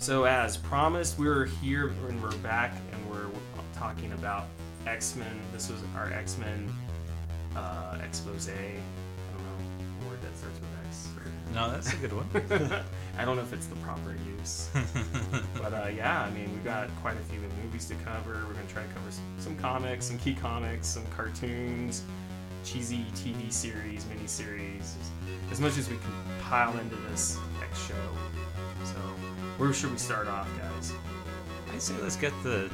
So, as promised, we're here and we're back and we're talking about X Men. This was our X Men uh, expose. I don't know a word that starts with X. No, that's a good one. I don't know if it's the proper use. but uh, yeah, I mean, we got quite a few movies to cover. We're going to try to cover s- some comics, some key comics, some cartoons, cheesy TV series, miniseries, as- as much as we can pile into this next show. So, where should we start off, guys? I say let's get the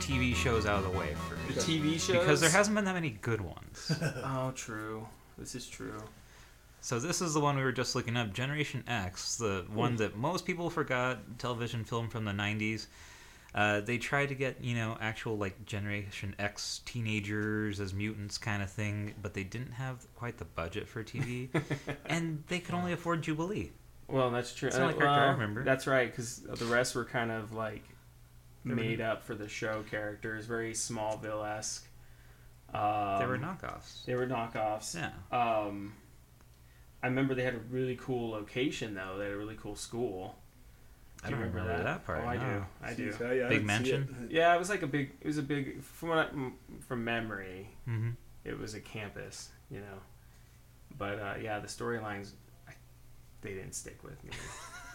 TV shows out of the way The first. TV shows? Because there hasn't been that many good ones. Oh, true. This is true. so this is the one we were just looking up Generation X, the Hmm. one that most people forgot, television film from the 90s. Uh, they tried to get, you know, actual like Generation X teenagers as mutants kind of thing, but they didn't have quite the budget for TV. and they could only afford Jubilee. Well, that's true. It's the only Uh, character I well, remember. That's right, because the rest were kind of like They were- made up for the show characters, very Smallville esque. Um, they were knockoffs. They were knockoffs. Yeah. Um, I remember they had a really cool location though. They had a really cool school. I don't remember that, part. Oh, I do. no. I do. Jeez, I- I Big didn't see mansion? Yeah, it was like a big. It was a big. From what I, from memory, hmm it was a campus. You know, but uh, yeah, the storylines, I- they didn't stick with me.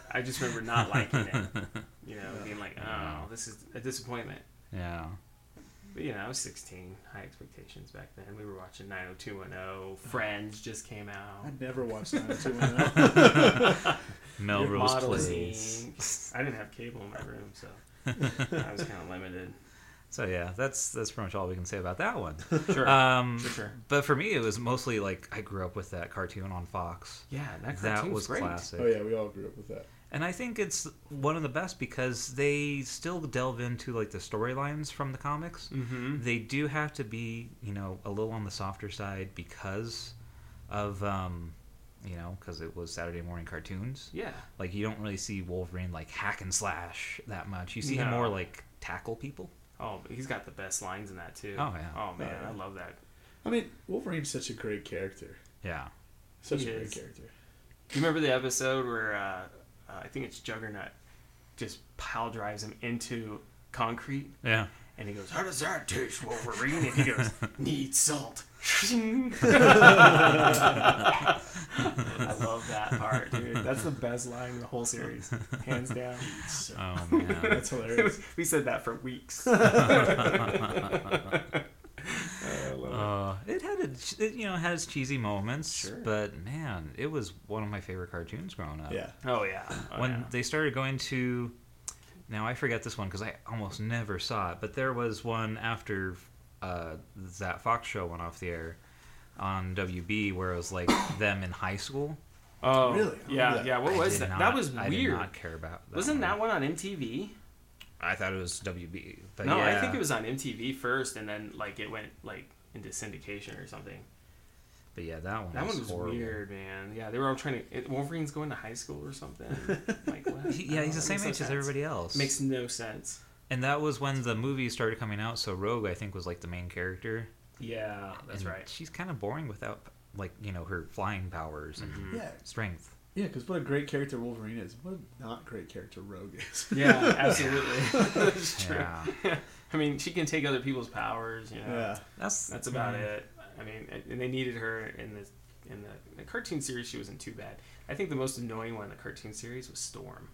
I just remember not liking it. You know, Yeah. being like, oh, this is a disappointment. Yeah. But you know, I was 16, high expectations back then. We were watching 90210. Friends just came out. I never watched 90210. Melrose Models Place. Inc. I didn't have cable in my room, so I was kind of limited. So yeah, that's that's pretty much all we can say about that one. Sure, Um, Uh, sure, sure. But for me, it was mostly like I grew up with that cartoon on Fox. Yeah, that, That cartoon's was great. classic. oh yeah, we all grew up with that. And I think it's one of the best because they still delve into like the storylines from the comics. Mm-hmm. They do have to be, you know, a little on the softer side because of, um, you know, because it was Saturday morning cartoons. Yeah, Like you don't really see Wolverine like hack and slash that much. You see him No. more like tackle people. Oh, but he's got the best lines in that too. Oh, yeah. Oh man, yeah. I love that. I mean, Wolverine's such a great character. Yeah. Such He a is. great character. You remember the episode where uh, uh, I think it's Juggernaut just pile drives him into concrete, Yeah. and he goes, "How does that taste, Wolverine?" And he goes, "Need salt." I love that part, dude. That's the best line in the whole series, hands down. So- Oh man. That's hilarious. we said that for weeks. Oh, I love Uh, it had its, it, you know it has cheesy moments, Sure. but man, it was one of my favorite cartoons growing up. it. Yeah. Oh yeah. Oh, when yeah. they started going to, now I forget this one because I almost never saw it, but there was one after uh, that Fox show went off the air on WB where it was like them in high school. Oh Really? I remember Yeah, that. yeah. What I was did that? not- that was I weird. Did not care about. That Wasn't that one on MTV? I thought it was WB. But no, I yeah. think it was on MTV first, and then like it went like into syndication or something. But yeah, that one. That one was horrible. weird, man. Yeah, they were all trying to. It, Wolverine's going to high school or something. like what? He- I yeah, don't know. he's the Makes same no age as sense. everybody else. Makes no sense. And that was when the movies started coming out, so Rogue, I think, was like the main character. Yeah, that's And right. She's kind of boring without, like, you know, her flying powers and Mm-hmm. Yeah. strength. Yeah, because what a great character Wolverine is. What a not great character Rogue is. Yeah, absolutely. that's true. Yeah. I mean, she can take other people's powers. You know, Yeah. That's mm, that's about yeah. it. I mean, and they needed her in the in the, the cartoon series. She wasn't too bad. I think the most annoying one in the cartoon series was Storm.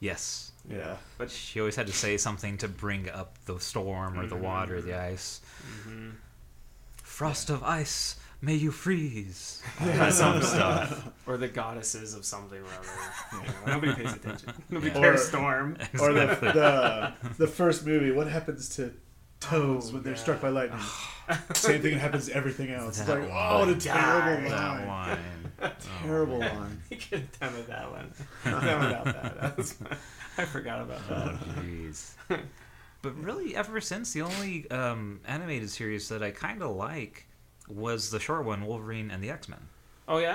Yes. Yeah. But She always had to say something to bring up the storm or the water or the ice. mm-hmm. Frost of ice, may you freeze. some stuff, or the goddesses of something or other. You know, nobody pays attention. Nobody Yeah. cares. Or- Storm. Or the, the the first movie. What happens to toads Oh, when they're yeah. struck by lightning? Same thing happens to everything else. It's That like, oh, what a one. terrible that Oh, line. line. Terrible line. You could have done with that one. Done without that. that was, I forgot about that. Jeez. But really, ever since the only um, animated series that I kind of like was the short one, Wolverine and the X Men. Oh yeah.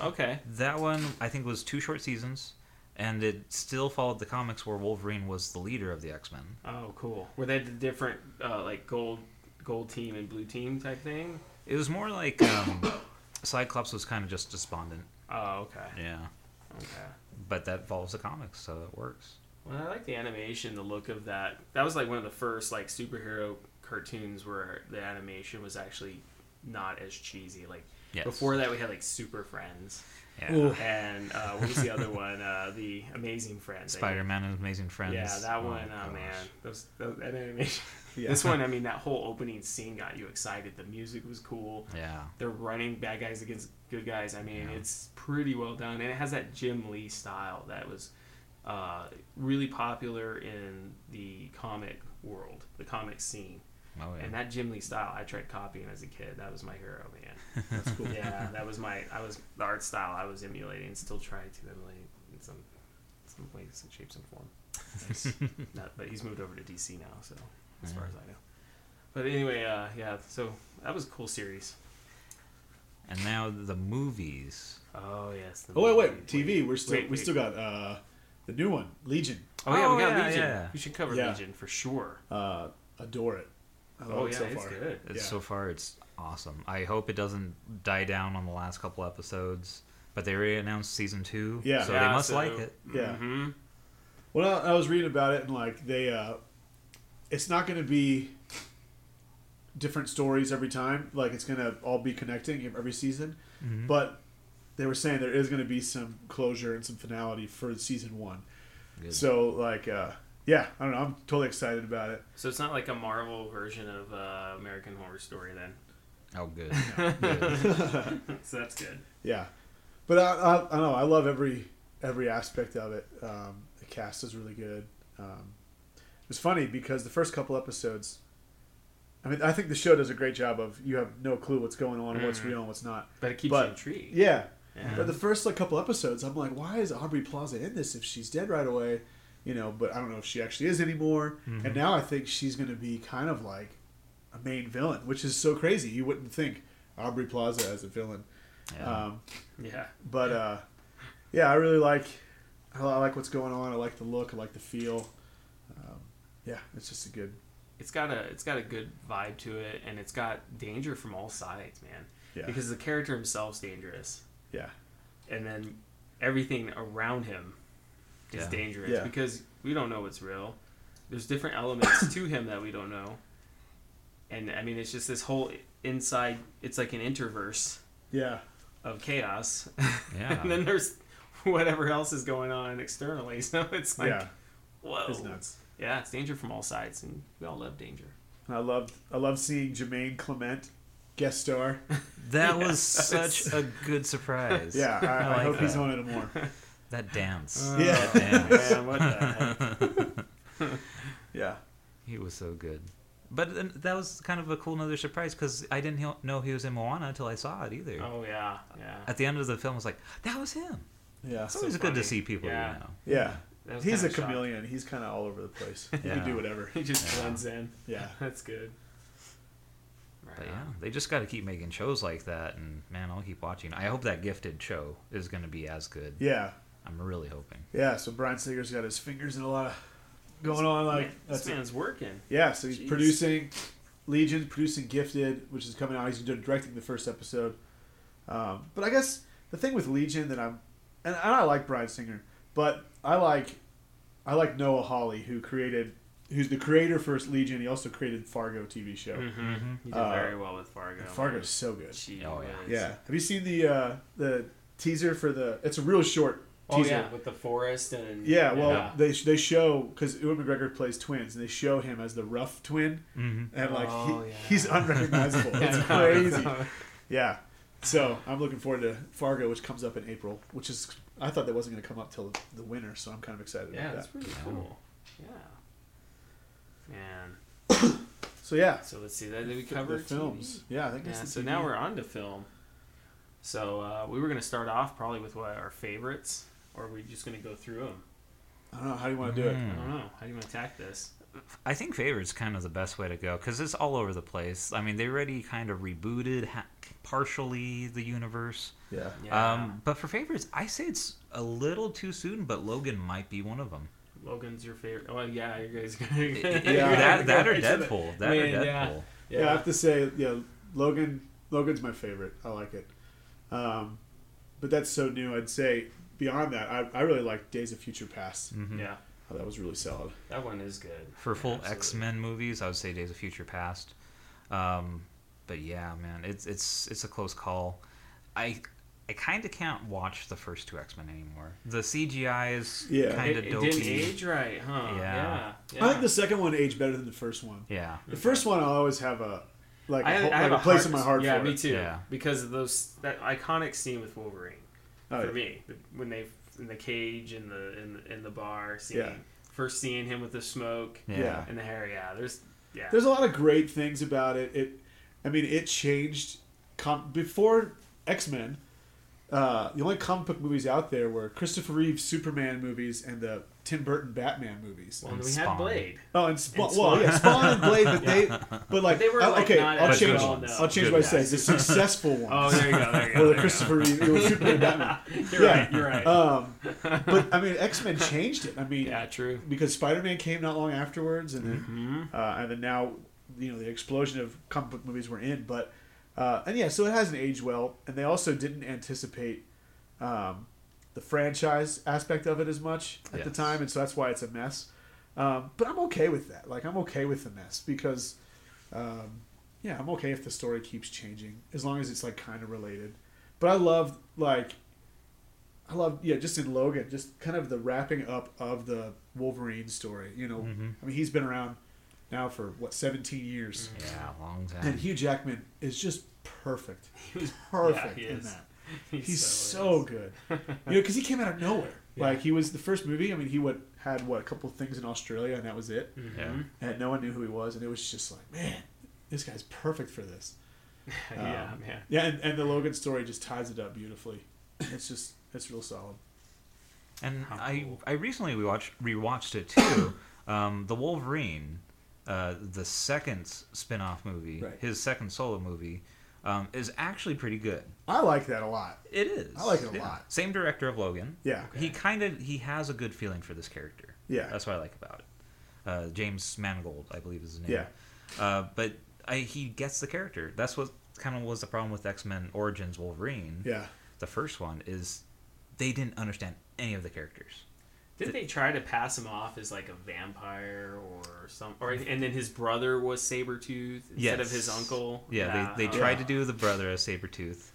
Okay. That one I think was two short seasons, and it still followed the comics where Wolverine was the leader of the X Men. Oh, cool. Were they the different uh, like gold gold team and blue team type thing? It was more like um, Cyclops was kind of just despondent. Oh, okay. Yeah, Okay. but that follows the comics, so it works. Well, I like the animation, the look of that. That was like one of the first like superhero cartoons where the animation was actually not as cheesy. Like Yes. before that, we had like Super Friends, Yeah. Ooh. and uh, what was the other one? Uh, the Amazing Friends. I Spider Man and His Amazing Friends. Yeah, that one. one, oh, man, those, those, that animation. Yeah. This one, I mean, that whole opening scene got you excited. The music was cool. Yeah. They're running bad guys against good guys. I mean, Yeah. it's pretty well done, and it has that Jim Lee style that was uh, really popular in the comic world, the comic scene. Oh yeah. And that Jim Lee style, I tried copying as a kid. That was my hero, man. That's cool. yeah, that was my. I was the art style I was emulating, and still trying to emulate in some some ways, and shapes, and form. Nice. Not, but he's moved over to DC now, so as Yeah. far as I know. But anyway, uh, yeah, so that was a cool series. And now the movies. Oh yes. the Oh wait, movie. wait, TV. We're still Wait, we wait. still got uh, the new one, Legion. Oh yeah, we Oh, got yeah, Legion. yeah. We should cover Yeah. Legion for sure. Uh, adore it. I love Oh it yeah, so it's far. good. It's Yeah. So far, it's awesome. I hope it doesn't die down on the last couple episodes. But they already announced season two. Yeah. So Yeah, they must so- like it. Yeah. hmm Well, I I was reading about it, and like they, uh, it's not going to be different stories every time. Like it's going to all be connecting every season. But they were saying there is going to be some closure and some finality for season one. Good. So like, uh, yeah, I don't know. I'm totally excited about it. So it's not like a Marvel version of uh, American Horror Story then. Oh, good. Good. so that's good. Yeah, but I, I, I don't know. I love every every aspect of it. Um, the cast is really good. Um, it's funny because the first couple episodes, I mean, I think the show does a great job of you have no clue what's going on, what's real and what's not. But it keeps But- you intrigued. Yeah. Yeah. But the first like couple episodes, I'm like, why is Aubrey Plaza in this if she's dead right away? You know, but I don't know if she actually is anymore. Mm-hmm. And now I think she's going to be kind of like a main villain, which is so crazy. You wouldn't think Aubrey Plaza as a villain. Yeah. Um, Yeah. but uh, yeah, I really like I li- I like what's going on. I like the look. I like the feel. Um, yeah, it's just a good. It's got a it's got a good vibe to it, and it's got danger from all sides, man. Yeah. Because the character himself's dangerous. Yeah. and then everything around him is Yeah. dangerous Yeah. because we don't know what's real. There's different elements to him that we don't know, and I mean it's just this whole inside. It's like an interverse Yeah. of chaos, Yeah. and then there's whatever else is going on externally. So it's like, yeah. whoa, It's nuts. yeah, it's danger from all sides, and we all love danger. I love I love seeing Jermaine Clement guest star. that Yeah, was that's- such a good surprise. Yeah, I, I, like hope he's that. on it more. That dance. Yeah. Oh, man, what the heck? Yeah. He was so good. But then that was kind of a cool another surprise because I didn't he- know he was in Moana until I saw it either. Oh yeah, yeah. At the end of the film, I was like, that was him. Yeah. It's So always good funny. to see people Yeah. you know. Yeah. That was He's kinda a shocking. chameleon. He's kind of all over the place. He Yeah. can do whatever. He just blends in. Yeah. That's good. Right. But yeah, on. they just got to keep making shows like that, and man, I'll keep watching. I hope that Gifted show is going to be as good. Yeah. I'm really hoping. Yeah. So Brian Singer's got his fingers in a lot of going on. Like Man, that's this man's working. Yeah, so he's Jeez. producing Legion, producing Gifted, which is coming out. He's doing- directing the first episode. Um, but I guess the thing with Legion that I'm, and, and I like Brian Singer, but I like, I like Noah Hawley, who created, who's the creator for Legion. He also created Fargo TV show. Mm-hmm. He did Uh, very well with Fargo. Fargo's so good. She Oh, was. yeah. Yeah. Have you seen the uh, the teaser for the? It's a real short Oh teaser. yeah, with the forest and Yeah, well, yeah. they they show because Ewan McGregor plays twins, and they show him as the rough twin, Mhm. and like Oh, he, yeah. he's unrecognizable. it's I know. crazy. yeah, so I'm looking forward to Fargo, which comes up in April, which is I thought that wasn't going to come up till the winter, so I'm kind of excited yeah, about that's that. pretty cool. Yeah, man. So yeah, So let's see. That did we the cover films. Yeah, I think TV? Yeah. that's So now we're on to film. So uh, we were gonna start off probably with what our favorites, or are we just gonna go through them? I don't know how do you want to do it. I Hmm. don't know. How do you want to attack this? I think favorite's kind of the best way to go because it's all over the place. I mean, they already kind of rebooted ha- partially the universe. Yeah, Yeah. Um, but for favorites, I say it's a little too soon, but Logan might be one of them. Logan's your favorite. Oh yeah, you guys. Gonna... that, that or I said that. Deadpool. That Man, or yeah. Deadpool. yeah, I have to say, yeah, Logan Logan's my favorite. I like it, um, Mm. Mm-hmm. but that's so new. I'd say beyond that, I, I really like Days of Future Past. Yeah. Oh, that was really solid. That one is good. Hmm. For Yeah, full absolutely. X Men movies, I would say Days of Future Past. Um, but yeah, man, it's it's it's a close call. I I kind of can't watch the first two X Men anymore. The CGI is Yeah. kind It, of it dopey. didn't age right, huh? Yeah. Yeah. I yeah. think the second one aged better than the first one. Yeah, The first one, I always have a like a, I, whole- I have like a place in my heart Yeah, for me it. too. Yeah. Because of those that iconic scene with Wolverine Oh, for yeah. me the- when they in the cage in the in the, in the bar scene. Yeah. First seeing him with the smoke yeah, Yeah. and the hair. Yeah, there's yeah. There's a lot of great things about it. It, I mean, it changed com- before X Men. Uh, the only comic book movies out there were Christopher Reeve's Superman movies and the Tim Burton Batman movies. well, and we Spawn. had Blade. Oh, and Spawn. And Well, Spawn. yeah, Spawn and Blade, but they, but like, they were, I- like, okay, not I'll as change. well known. I'll change Good what guys. I say. The successful ones. Oh, there you go. There you go. there or the you go. Christopher Reeve, it was Superman Batman. You're yeah. right. You're right. Um, but I mean, X Men changed it. I mean, yeah, true. because Spider Man came not long afterwards, and then hmm uh, and then now you know the explosion of comic book movies we're in. But uh, and yeah, so it hasn't aged well, and they also didn't anticipate um, the franchise aspect of it as much at the Yes. time, and so that's why it's a mess. Um, but I'm okay with that. Like I'm okay with the mess because um, yeah, I'm okay if the story keeps changing as long as it's like kind of related. But I love like. I love, yeah, just in Logan, just kind of the wrapping up of the Wolverine story. You know, Mm-hmm. Mhm. I mean, he's been around now for what 17 years, Mm-hmm. yeah, long and time. Hugh Jackman is just perfect. He was Perfect Yeah, he in is. that. He He's so so, is. good. You know, because he came out of nowhere. Yeah. Like he was the first movie. I mean, he would, had what a couple things in Australia, and that was it. Yeah. Mhm. And no one knew who he was, and it was just like, man, this guy's perfect for this. yeah, Um, man. Yeah, and, and the Logan story just ties it up beautifully. It's just it's real solid. And How I cool. I recently rewatched rewatched it too. um, the Wolverine, uh, the second spin-off movie, Right. his second solo movie, um, is actually pretty good. I like that a lot. It is. I like it a lot. Same director of Logan. Yeah, Okay. He kind of he has a good feeling for this character. Yeah. that's what I like about it. Uh, James Mangold, I believe is his name. Yeah. uh, but I, he gets the character. That's what kind of was the problem with X Men Origins Wolverine. yeah. the first one is they didn't understand any of the characters. Didn't they try to pass him off as like a vampire or some or and then his brother was Sabretooth instead of Yes. his uncle? Yeah, they, they uh, tried to do the brother as Sabretooth.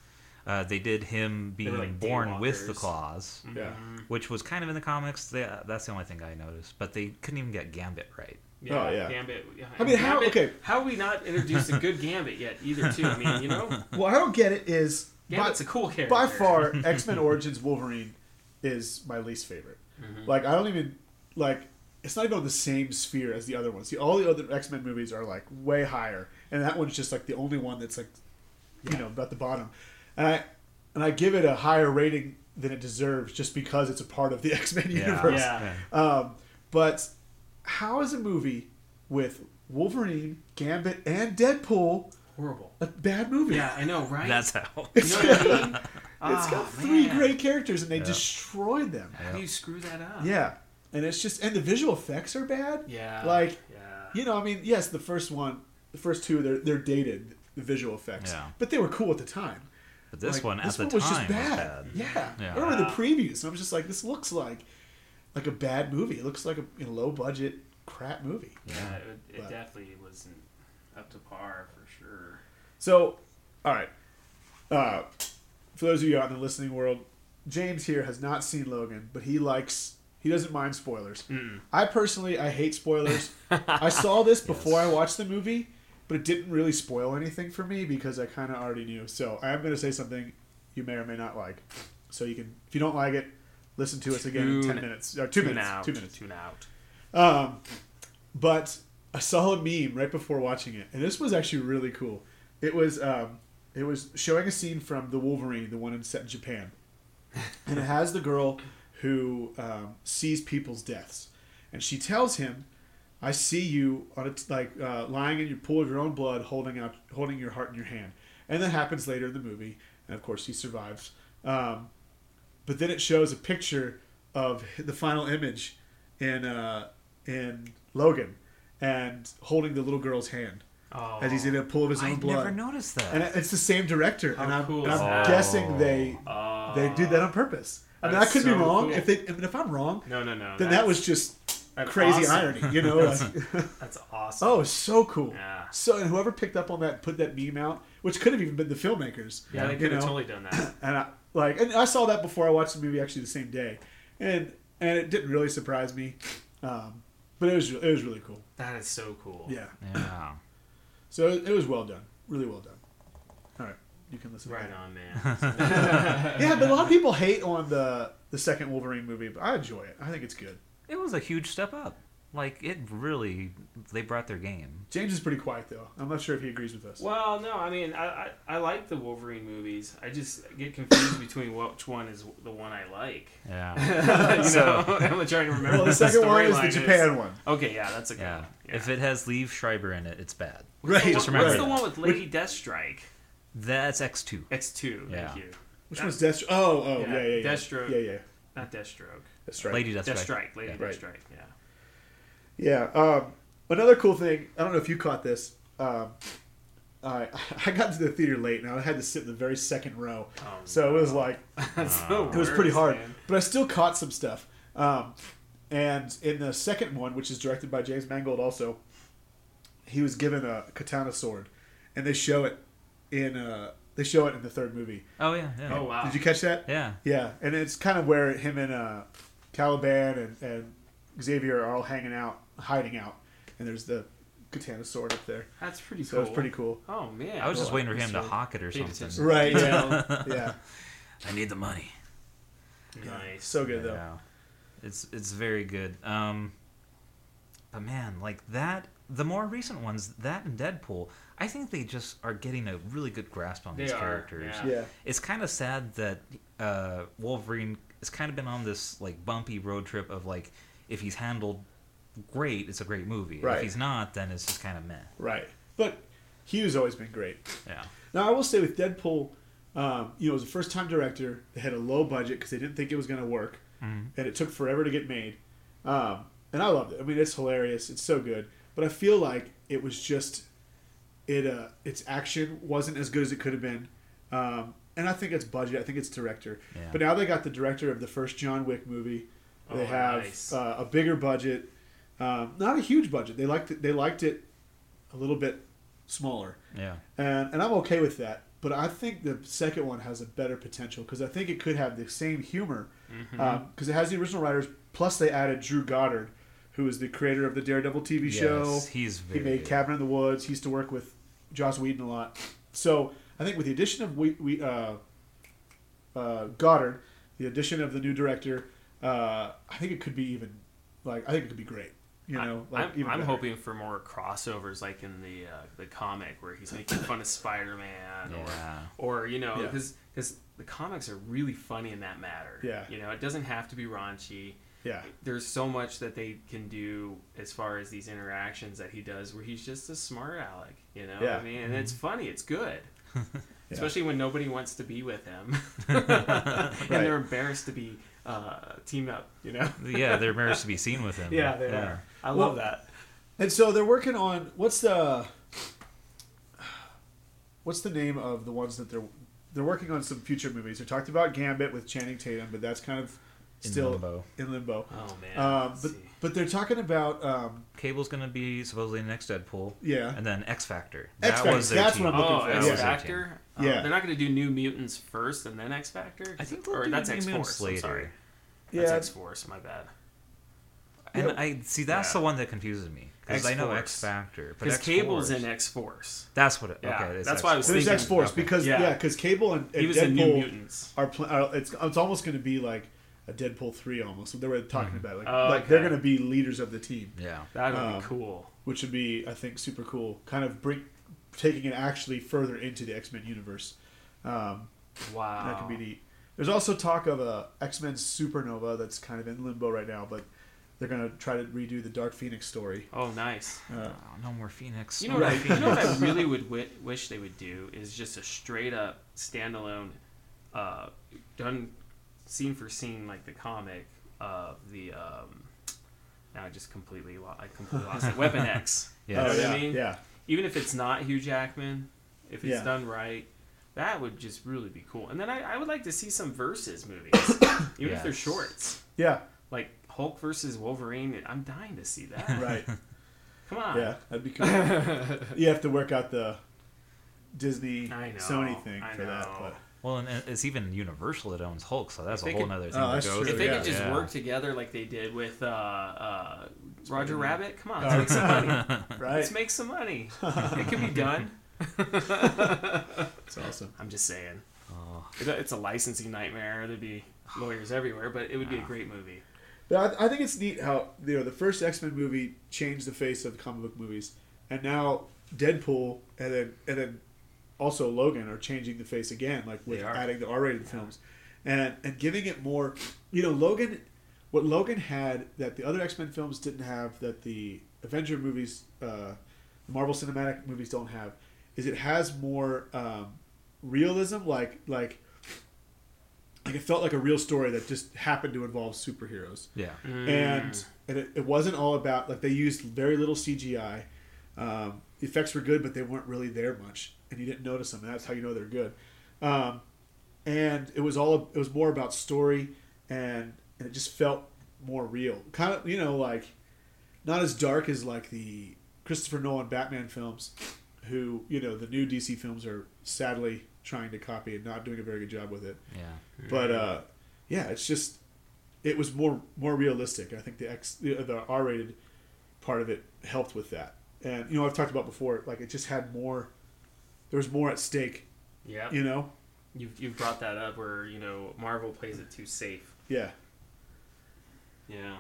Uh, they did Mm-hmm. him were being like born with the daywalkers. claws, Yeah. mhm. which was kind of in the comics. They, uh, that's the only thing I noticed. But they couldn't even get Gambit right. Yeah, Oh, yeah. Gambit. yeah, I mean, how- Gambit- okay. How we not introduced a good Gambit yet either? Too. I mean, you know, Well, I don't get it. Is Gambit's a cool character By far, X Men Origins Wolverine is my least favorite. Mm-hmm. Like I don't even like. It's not even on the same sphere as the other ones. The, all the other X Men movies are like way higher, and that one's just like the only one that's like, you know, about the bottom. And I and I give it a higher rating than it deserves just because it's a part of the X Men universe. Yeah. Um, but how is a movie with Wolverine, Gambit, and Deadpool Horrible. a bad movie? Yeah, I know, right? That's how. you know what I mean. It's Ah, got three man. great characters, and they Yeah. destroyed them. How do you screw that up? Yeah, and it's just and the visual effects are bad. Yeah. like Yeah. you know, I mean, yes, the first one, the first two, they're they're dated the visual effects, Yeah. but they were cool at the time. But this Like, one at this the one time was just bad. was bad. Yeah. Yeah. I remember the previews, and I was just like, this looks like like a bad movie. It looks like a you know, low budget crap movie. Yeah, it, it But- definitely wasn't up to par for sure. So, all right. Uh, for those of you out in the listening world, James here has not seen Logan, but he likes. He doesn't mind spoilers. I personally, I hate spoilers. I saw this before I watched the movie, but it didn't really spoil anything for me because I kind of already knew. So I am going to say something you may or may not like. So you can, if you don't like it, listen to us again in Tune- ten minutes or two Tune minutes. out. Two minutes. Tune out. Um, but I saw a meme right before watching it, and this was actually really cool. It was um, it was showing a scene from The Wolverine, the one in set in Japan, and it has the girl who um, sees people's deaths, and she tells him, "I see you on a t- like uh, lying in your pool of your own blood, holding out, holding your heart in your hand," and that happens later in the movie, and of course he survives. Um, but then it shows a picture of the final image in uh, in Logan and holding the little girl's hand Oh. as he's in a pool of his I own never blood. noticed And that. it's the same director, How and I'm, cool and is I'm that? guessing they Oh. they did that on purpose. I mean, That I is could be so wrong. cool. If they, I mean, if I'm wrong, No, no, no. then that that's- was just That's crazy awesome. irony, you know? like- That's awesome. oh, it's so cool. Yeah. So, and whoever picked up on that, put that meme out, which could have even been the filmmakers. yeah, they you could have know? totally done that. and I like and I saw that before I watched the movie actually the same day, and and it didn't really surprise me, um, but it was it was really cool. That is so cool. Yeah, yeah. so it, it was well done, really well done. All right, you can listen. Right to on, man. that. Yeah, but a lot of people hate on the the second Wolverine movie, but I enjoy it. I think it's good. It was a huge step up. Like it really, they brought their game. James is pretty quiet though. I'm not sure if he agrees with us. Well, no, I mean, I, I, I like the Wolverine movies. I just get confused between which one is the one I like. Yeah. you know, So- I'm trying to remember. Well, what the second one is storyline the Japan one. Okay, yeah, that's a good yeah. one. Yeah. If it has Liev Schreiber in it, it's bad. What's the Right, one- just remember What's that. the one with Lady Deathstrike? That's X two. X two. Yeah. Thank you. Which one's Deathstroke? Oh, oh, yeah, Yeah, yeah, yeah. Deathstroke. Yeah, yeah. Not Deathstroke. That's right. Lady Deathstrike. Deathstrike. Lady Yeah. Right. Deathstrike. Yeah. Yeah. Um, another cool thing. I don't know if you caught this. Um, I I got to the theater late, and I had to sit in the very second row, Oh, so it was like That's the it was worst, pretty hard. man. But I still caught some stuff. Um, and in the second one, which is directed by James Mangold, also, he was given a katana sword, and they show it in uh, they show it in the third movie. Oh yeah. Yeah. Oh wow. Did you catch that? Yeah. Yeah, and it's kind of where him and uh, Caliban and, and Xavier are all hanging out, hiding out, and there's the katana sword up there. That's pretty So cool. it's pretty cool. Oh man. I was just Well, waiting for him to so- hawk it or Paid something. attention. Right? Yeah, Yeah. yeah. I need the money. Nice. So good though. Yeah. It's it's very good. Um but man, like that the more recent ones, that and Deadpool, I think they just are getting a really good grasp on They these are, characters. yeah. Yeah, It's kind of sad that uh Wolverine has kind of been on this like bumpy road trip of like if he's handled great, it's a great movie. And Right. If he's not, then it's just kind of meh. right. But Hugh's always been great. Yeah. Now I will say with Deadpool, um, you know, it was a first-time director. They had a low budget because they didn't think it was going to work, Mm-hmm. and it took forever to get made. Um, and I loved it. I mean, it's hilarious. It's so good. But I feel like it was just it. Uh, its action wasn't as good as it could have been. Um, and I think it's budget. I think it's director. Yeah. But now they got the director of the first John Wick movie. They Oh, have nice. uh, a bigger budget. Um, not a huge budget. They liked it, they liked it a little bit smaller Yeah. and and I'm okay with that. But I think the second one has a better potential because I think it could have the same humor Mm-hmm. because it has the original writers. Plus, they added Drew Goddard, who is the creator of the Daredevil TV show. Yes, he's He very made good. Cabin in the Woods. He used to work with Joss Whedon a lot. So I think with the addition of we, we, uh, uh, Goddard, the addition of the new director, uh, I think it could be even like I think it could be great. You know, I, like am even I'm better. hoping for more crossovers, like in the uh, the comic where he's making fun of Spider Man, Yeah. or or you know, Yeah. because the comics are really funny in that matter. Yeah. you know, it doesn't have to be raunchy. Yeah, There's so much that they can do as far as these interactions that he does, where he's just a smart aleck. You know, Yeah. I mean, and it's funny, it's good. Especially when nobody wants to be with him, and they're embarrassed to be uh, teamed up. You know, Yeah, they're embarrassed to be seen with him. yeah, they are. I love Well, that. And so they're working on what's the what's the name of the ones that they're they're working on some future movies. They talked about Gambit with Channing Tatum, but that's kind of In still limbo. in limbo. Oh man, Um, Let's but see. but they're talking about um, Cable's gonna be supposedly the next Deadpool. Yeah. And then X Factor. X That Factor, was their that's team. what I'm looking Oh, for. X Yeah. Factor. Oh, Yeah. they're not going to do New Mutants first and then X Factor. I think they'll or do that's New X Mutants Force. I'm later. sorry, yeah, that's X Force. My bad. And Yep. I see that's Yeah. the one that confuses me because I know X-Force. X Factor, but Because X Cable's Force- in X Force. That's what. It, Yeah, okay, it's that's why I was there's thinking- X Force okay. because Yeah. yeah, because Cable and, and He was Deadpool in New Mutants. are, pl- are it's it's almost going to be like a Deadpool three almost. They were Hmm. talking about it. like Oh, like okay. they're going to be leaders of the team. Yeah. That would Um, be cool. which would be I think super cool. Kind of bring taking it actually further into the X Men universe. Um, Wow. That could be neat. There's also talk of a X Men Supernova that's kind of in limbo right now, but they're gonna try to redo the Dark Phoenix story. Oh, nice. Uh, Oh, no more Phoenix. You no know what? I, more you know what I Phoenix. really would wi- wish they would do is just a straight up standalone, uh, done scene for scene like the comic of the. Um, now I just completely lost. I completely lost it. Weapon X. You Yes. know yeah, what I mean? yeah, even if it's not Hugh Jackman, if it's Yeah. done right, that would just really be cool. And then I, I would like to see some versus movies, even if they're Yes. shorts, yeah, like Hulk versus Wolverine. I'm dying to see that. right. Come on. Yeah, that'd be cool. you have to work out the Disney I know, Sony thing I for that. know. But Well, and it's even Universal that owns Hulk, so that's If a they whole could- other thing Oh, to that's go true, If through. they yeah. could just Yeah. work together like they did with uh, uh, Roger Spider-Man. Rabbit, come on, Oh, let's make some money. right, Let's make some money. It can be done. it's awesome. I'm just saying, Oh. It- it's a licensing nightmare. There'd be lawyers everywhere, but it would be Ah. a great movie. But I, I think it's neat how you know the first X Men movie changed the face of comic book movies, and now Deadpool and then and then also Logan are changing the face again, like with They are. adding the R rated films, and and giving it more. You know, Logan, what Logan had that the other X Men films didn't have that the Avenger movies, uh, the Marvel Cinematic movies don't have, is it has more um, realism, like like. Like it felt like a real story that just happened to involve superheroes Yeah. and and it, it wasn't all about like they used very little CGI. Um, the effects were good, but they weren't really there much, and you didn't notice them. And that's how you know they're good. Um, and it was all it was more about story, and and it just felt more real. Kind of you know like not as dark as like the Christopher Nolan Batman films, who you know the new DC films are sadly trying to copy and not doing a very good job with it Yeah. but uh, yeah, it's just it was more more realistic. I think the X the, the R rated part of it helped with that. And you know, I've talked about before, like it just had more. There was more at stake. yeah, You know, you've you've brought that up where you know Marvel plays it too safe. yeah, Yeah,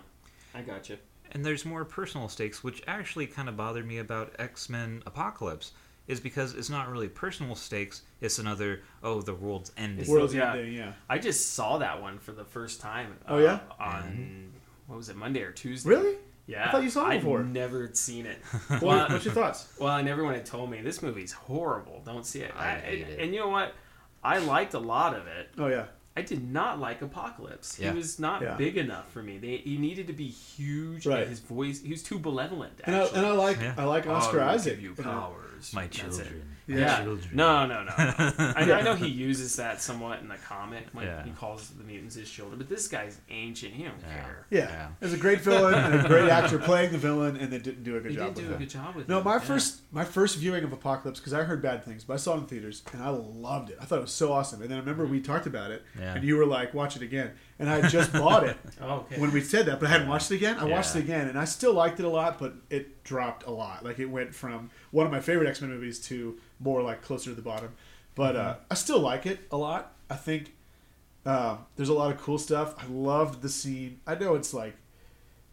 I got you. And there's more personal stakes, which actually kind of bothered me about X Men Apocalypse, is because it's not really personal stakes. It's another oh the world's ending. It's world's yeah. ending. Yeah, I just saw that one for the first time. uh, Oh, yeah? on what was it Monday or Tuesday? really? Yeah, I thought you saw it before. I'd never had seen it. What, what's your thoughts? Well, and everyone had told me this movie's horrible. Don't see it. I I- hate it. And you know what? I liked a lot of it. Oh yeah, I did not like Apocalypse. Yeah. He was not Yeah. big enough for me. They, he needed to be huge. Right. And his voice. He was too benevolent. and I, Actually. and I like Yeah. I like Oscar I will Isaac. Oh, Give you you know. powers. My That's it. children. My Yeah. children. No, no, no. no. I, I know he uses that somewhat in the comic. Like Yeah. he calls the mutants his children, but this guy's ancient. He don't Yeah. care. Yeah, Yeah. there's a great villain and a great actor playing the villain, and they didn't do a good He job. did with do a that. good job with No, it, my yeah. first my first viewing of Apocalypse because I heard bad things, but I saw it in theaters and I loved it. I thought it was so awesome. And then I remember we Mm-hmm. talked about it, Yeah. and you were like, "Watch it again." And I had just bought it Oh, okay. when we said that, but I hadn't watched it again. I watched it Yeah. again, and I still liked it a lot, but it dropped a lot. Like it went from one of my favorite X Men movies to more like closer to the bottom. But uh, Mm-hmm. I still like it a lot. I think um, there's a lot of cool stuff. I loved the scene. I know it's like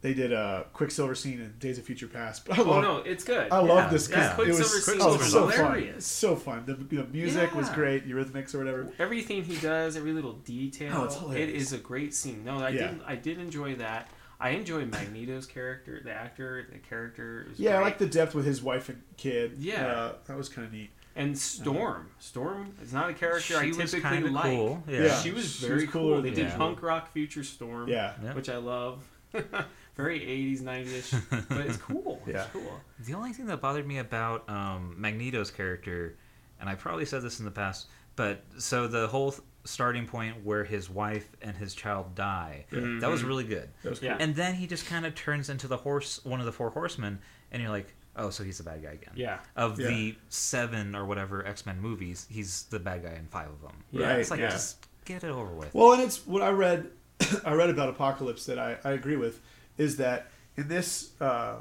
they did a Quicksilver scene in Days of Future Past, but I Oh love no, it's good. I yeah. love this. Yeah. Yeah. Quicksilver scene Quicksilver's was so fun. hilarious. So fun. The, the music was Yeah. great. Eurythmics or whatever. Everything he does, every little detail, Oh, it's hilarious. it is a great scene. No, I Yeah. did. I did enjoy that. I enjoy Magneto's character, the actor, the character. It was Yeah, I great. like the depth with his wife and kid. Yeah. uh, that was kind of neat. and Storm. Storm is not a character I She was typically kinda like. cool, yeah. Yeah. She was She very was cooler cool. They than did usual. punk rock future Storm, Yeah, Yeah. which I love. very 80s, 90s, but it's cool. Yeah. It's cool. The only thing that bothered me about um, Magneto's character, and I probably said this in the past, but so the whole th- starting point where his wife and his child die, that was really good. that was cool. Yeah. And then he just kind of turns into the horse, one of the four horsemen, and you're like, oh, so he's the bad guy again. Yeah. Of Yeah. the seven or whatever X Men movies, he's the bad guy in five of them. Yeah, Right, It's like yeah. just get it over with. Well, and it's what I read. I read about Apocalypse that I, I agree with is that in this uh,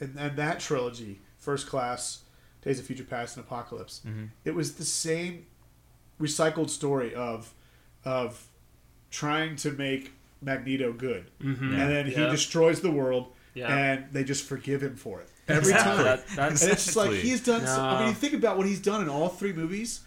in, in that trilogy, First Class, Days of Future Past, and Apocalypse, Mm-hmm. it was the same recycled story of of trying to make Magneto good, Mhm. Yeah. and then he Yeah. destroys the world, Yeah. and they just forgive him for it every Yeah, time. that- that's- And it's just like Exactly. he's done. So, I mean, No. you think about what he's done in all three movies: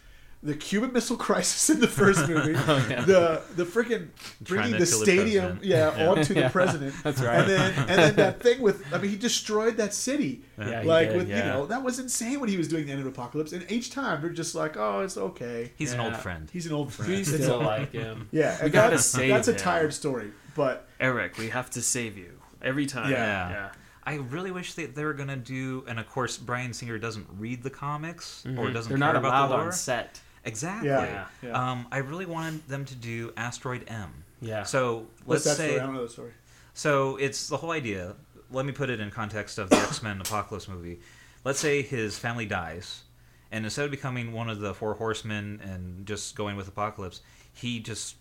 the Cuban Missile Crisis in the first movie, Oh, yeah. the the freaking bringing to the kill the stadium, president. yeah, Yeah. onto Yeah, the president. that's right. And then and then that thing with I mean, he destroyed that city. Yeah, he like did, with you yeah. know that was insane when he was doing the end of apocalypse. And each time they're just like, oh, it's okay. He's an old Yeah. friend. He's an old friend. We still like him. yeah, and gotta that's, save that's a him. tired story, but Eric, we have to save you every time. Yeah. yeah. Mm-hmm. I really wish they, they were gonna do, and of course Brian Singer doesn't read the comics or doesn't Mm-hmm. They're care not about allowed the lore. on set. Exactly. Yeah, yeah. Um, I really wanted them to do Asteroid M. Yeah. So let's what's that say story? I don't know the story. So it's the whole idea. Let me put it in context of the X Men Apocalypse movie. Let's say his family dies, and instead of becoming one of the four horsemen and just going with Apocalypse, he just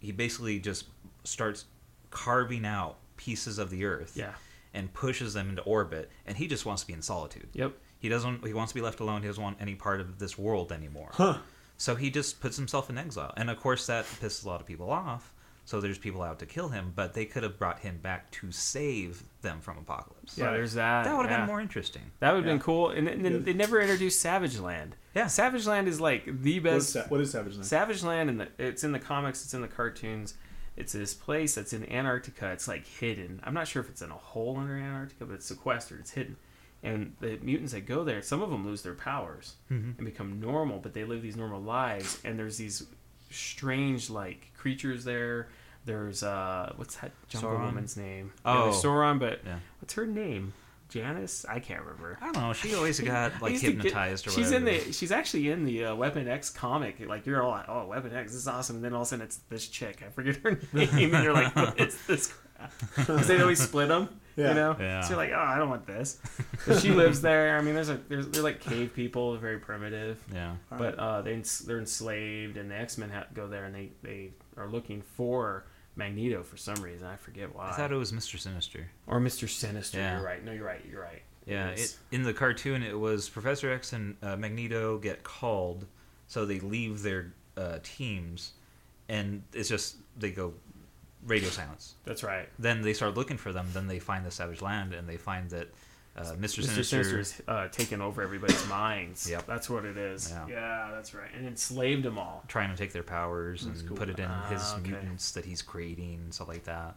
he basically just starts carving out pieces of the Earth Yeah. and pushes them into orbit, and he just wants to be in solitude. Yep. He doesn't. He wants to be left alone. He doesn't want any part of this world anymore. Huh. So he just puts himself in exile, and of course that pisses a lot of people off. So there's people out to kill him, but they could have brought him back to save them from apocalypse. Yeah, Right. there's that. That would have yeah. been more interesting. That would have Yeah. been cool. And, then Yeah. then they never introduced Savage Land. Yeah. Savage Land is like the What is, best. Sa- what is Savage Land? Savage Land, and it's in the comics, it's in the cartoons. It's this place that's in Antarctica. It's like hidden. I'm not sure if it's in a hole under Antarctica, but it's sequestered. It's hidden. And the mutants that go there, some of them lose their powers Mm-hmm. and become normal, but they live these normal lives. And there's these strange like creatures there. There's uh, what's that jungle Sauron? woman's name? Yeah, there's Oh. Sauron, but Yeah. what's her name? Janice? I can't remember. I don't know. She always got I like used to get- hypnotized or she's whatever. in the. She's actually in the uh, Weapon X comic. Like you're all like, oh, Weapon X this is awesome, and then all of a sudden it's this chick. I forget her name, and you're like, what is this? crap?" 'Cause they always split them. Yeah. You know, Yeah. so you're like, oh, I don't want this. But she lives there. I mean, there's a there's they're like cave people, they're very primitive, yeah. but uh, they ens- they're enslaved, and the X Men ha- go there, and they they are looking for Magneto for some reason. I forget why. I thought it was Mister Sinister. or Mister Sinister. Yeah. You're right. No, you're right. You're right. Yeah, It is. it, in the cartoon, it was Professor X and uh, Magneto get called, so they leave their uh, teams, and it's just they go radio silence. That's right. Then they start looking for them. Then they find the Savage Land, and they find that uh, Mister Mr. Sinister. Sinister is uh, taking over everybody's minds. Yep. That's what it is. Yeah. Yeah. that's right. And enslaved them all. trying to take their powers That's and cool. put it in his Ah, okay. mutants that he's creating and stuff like that.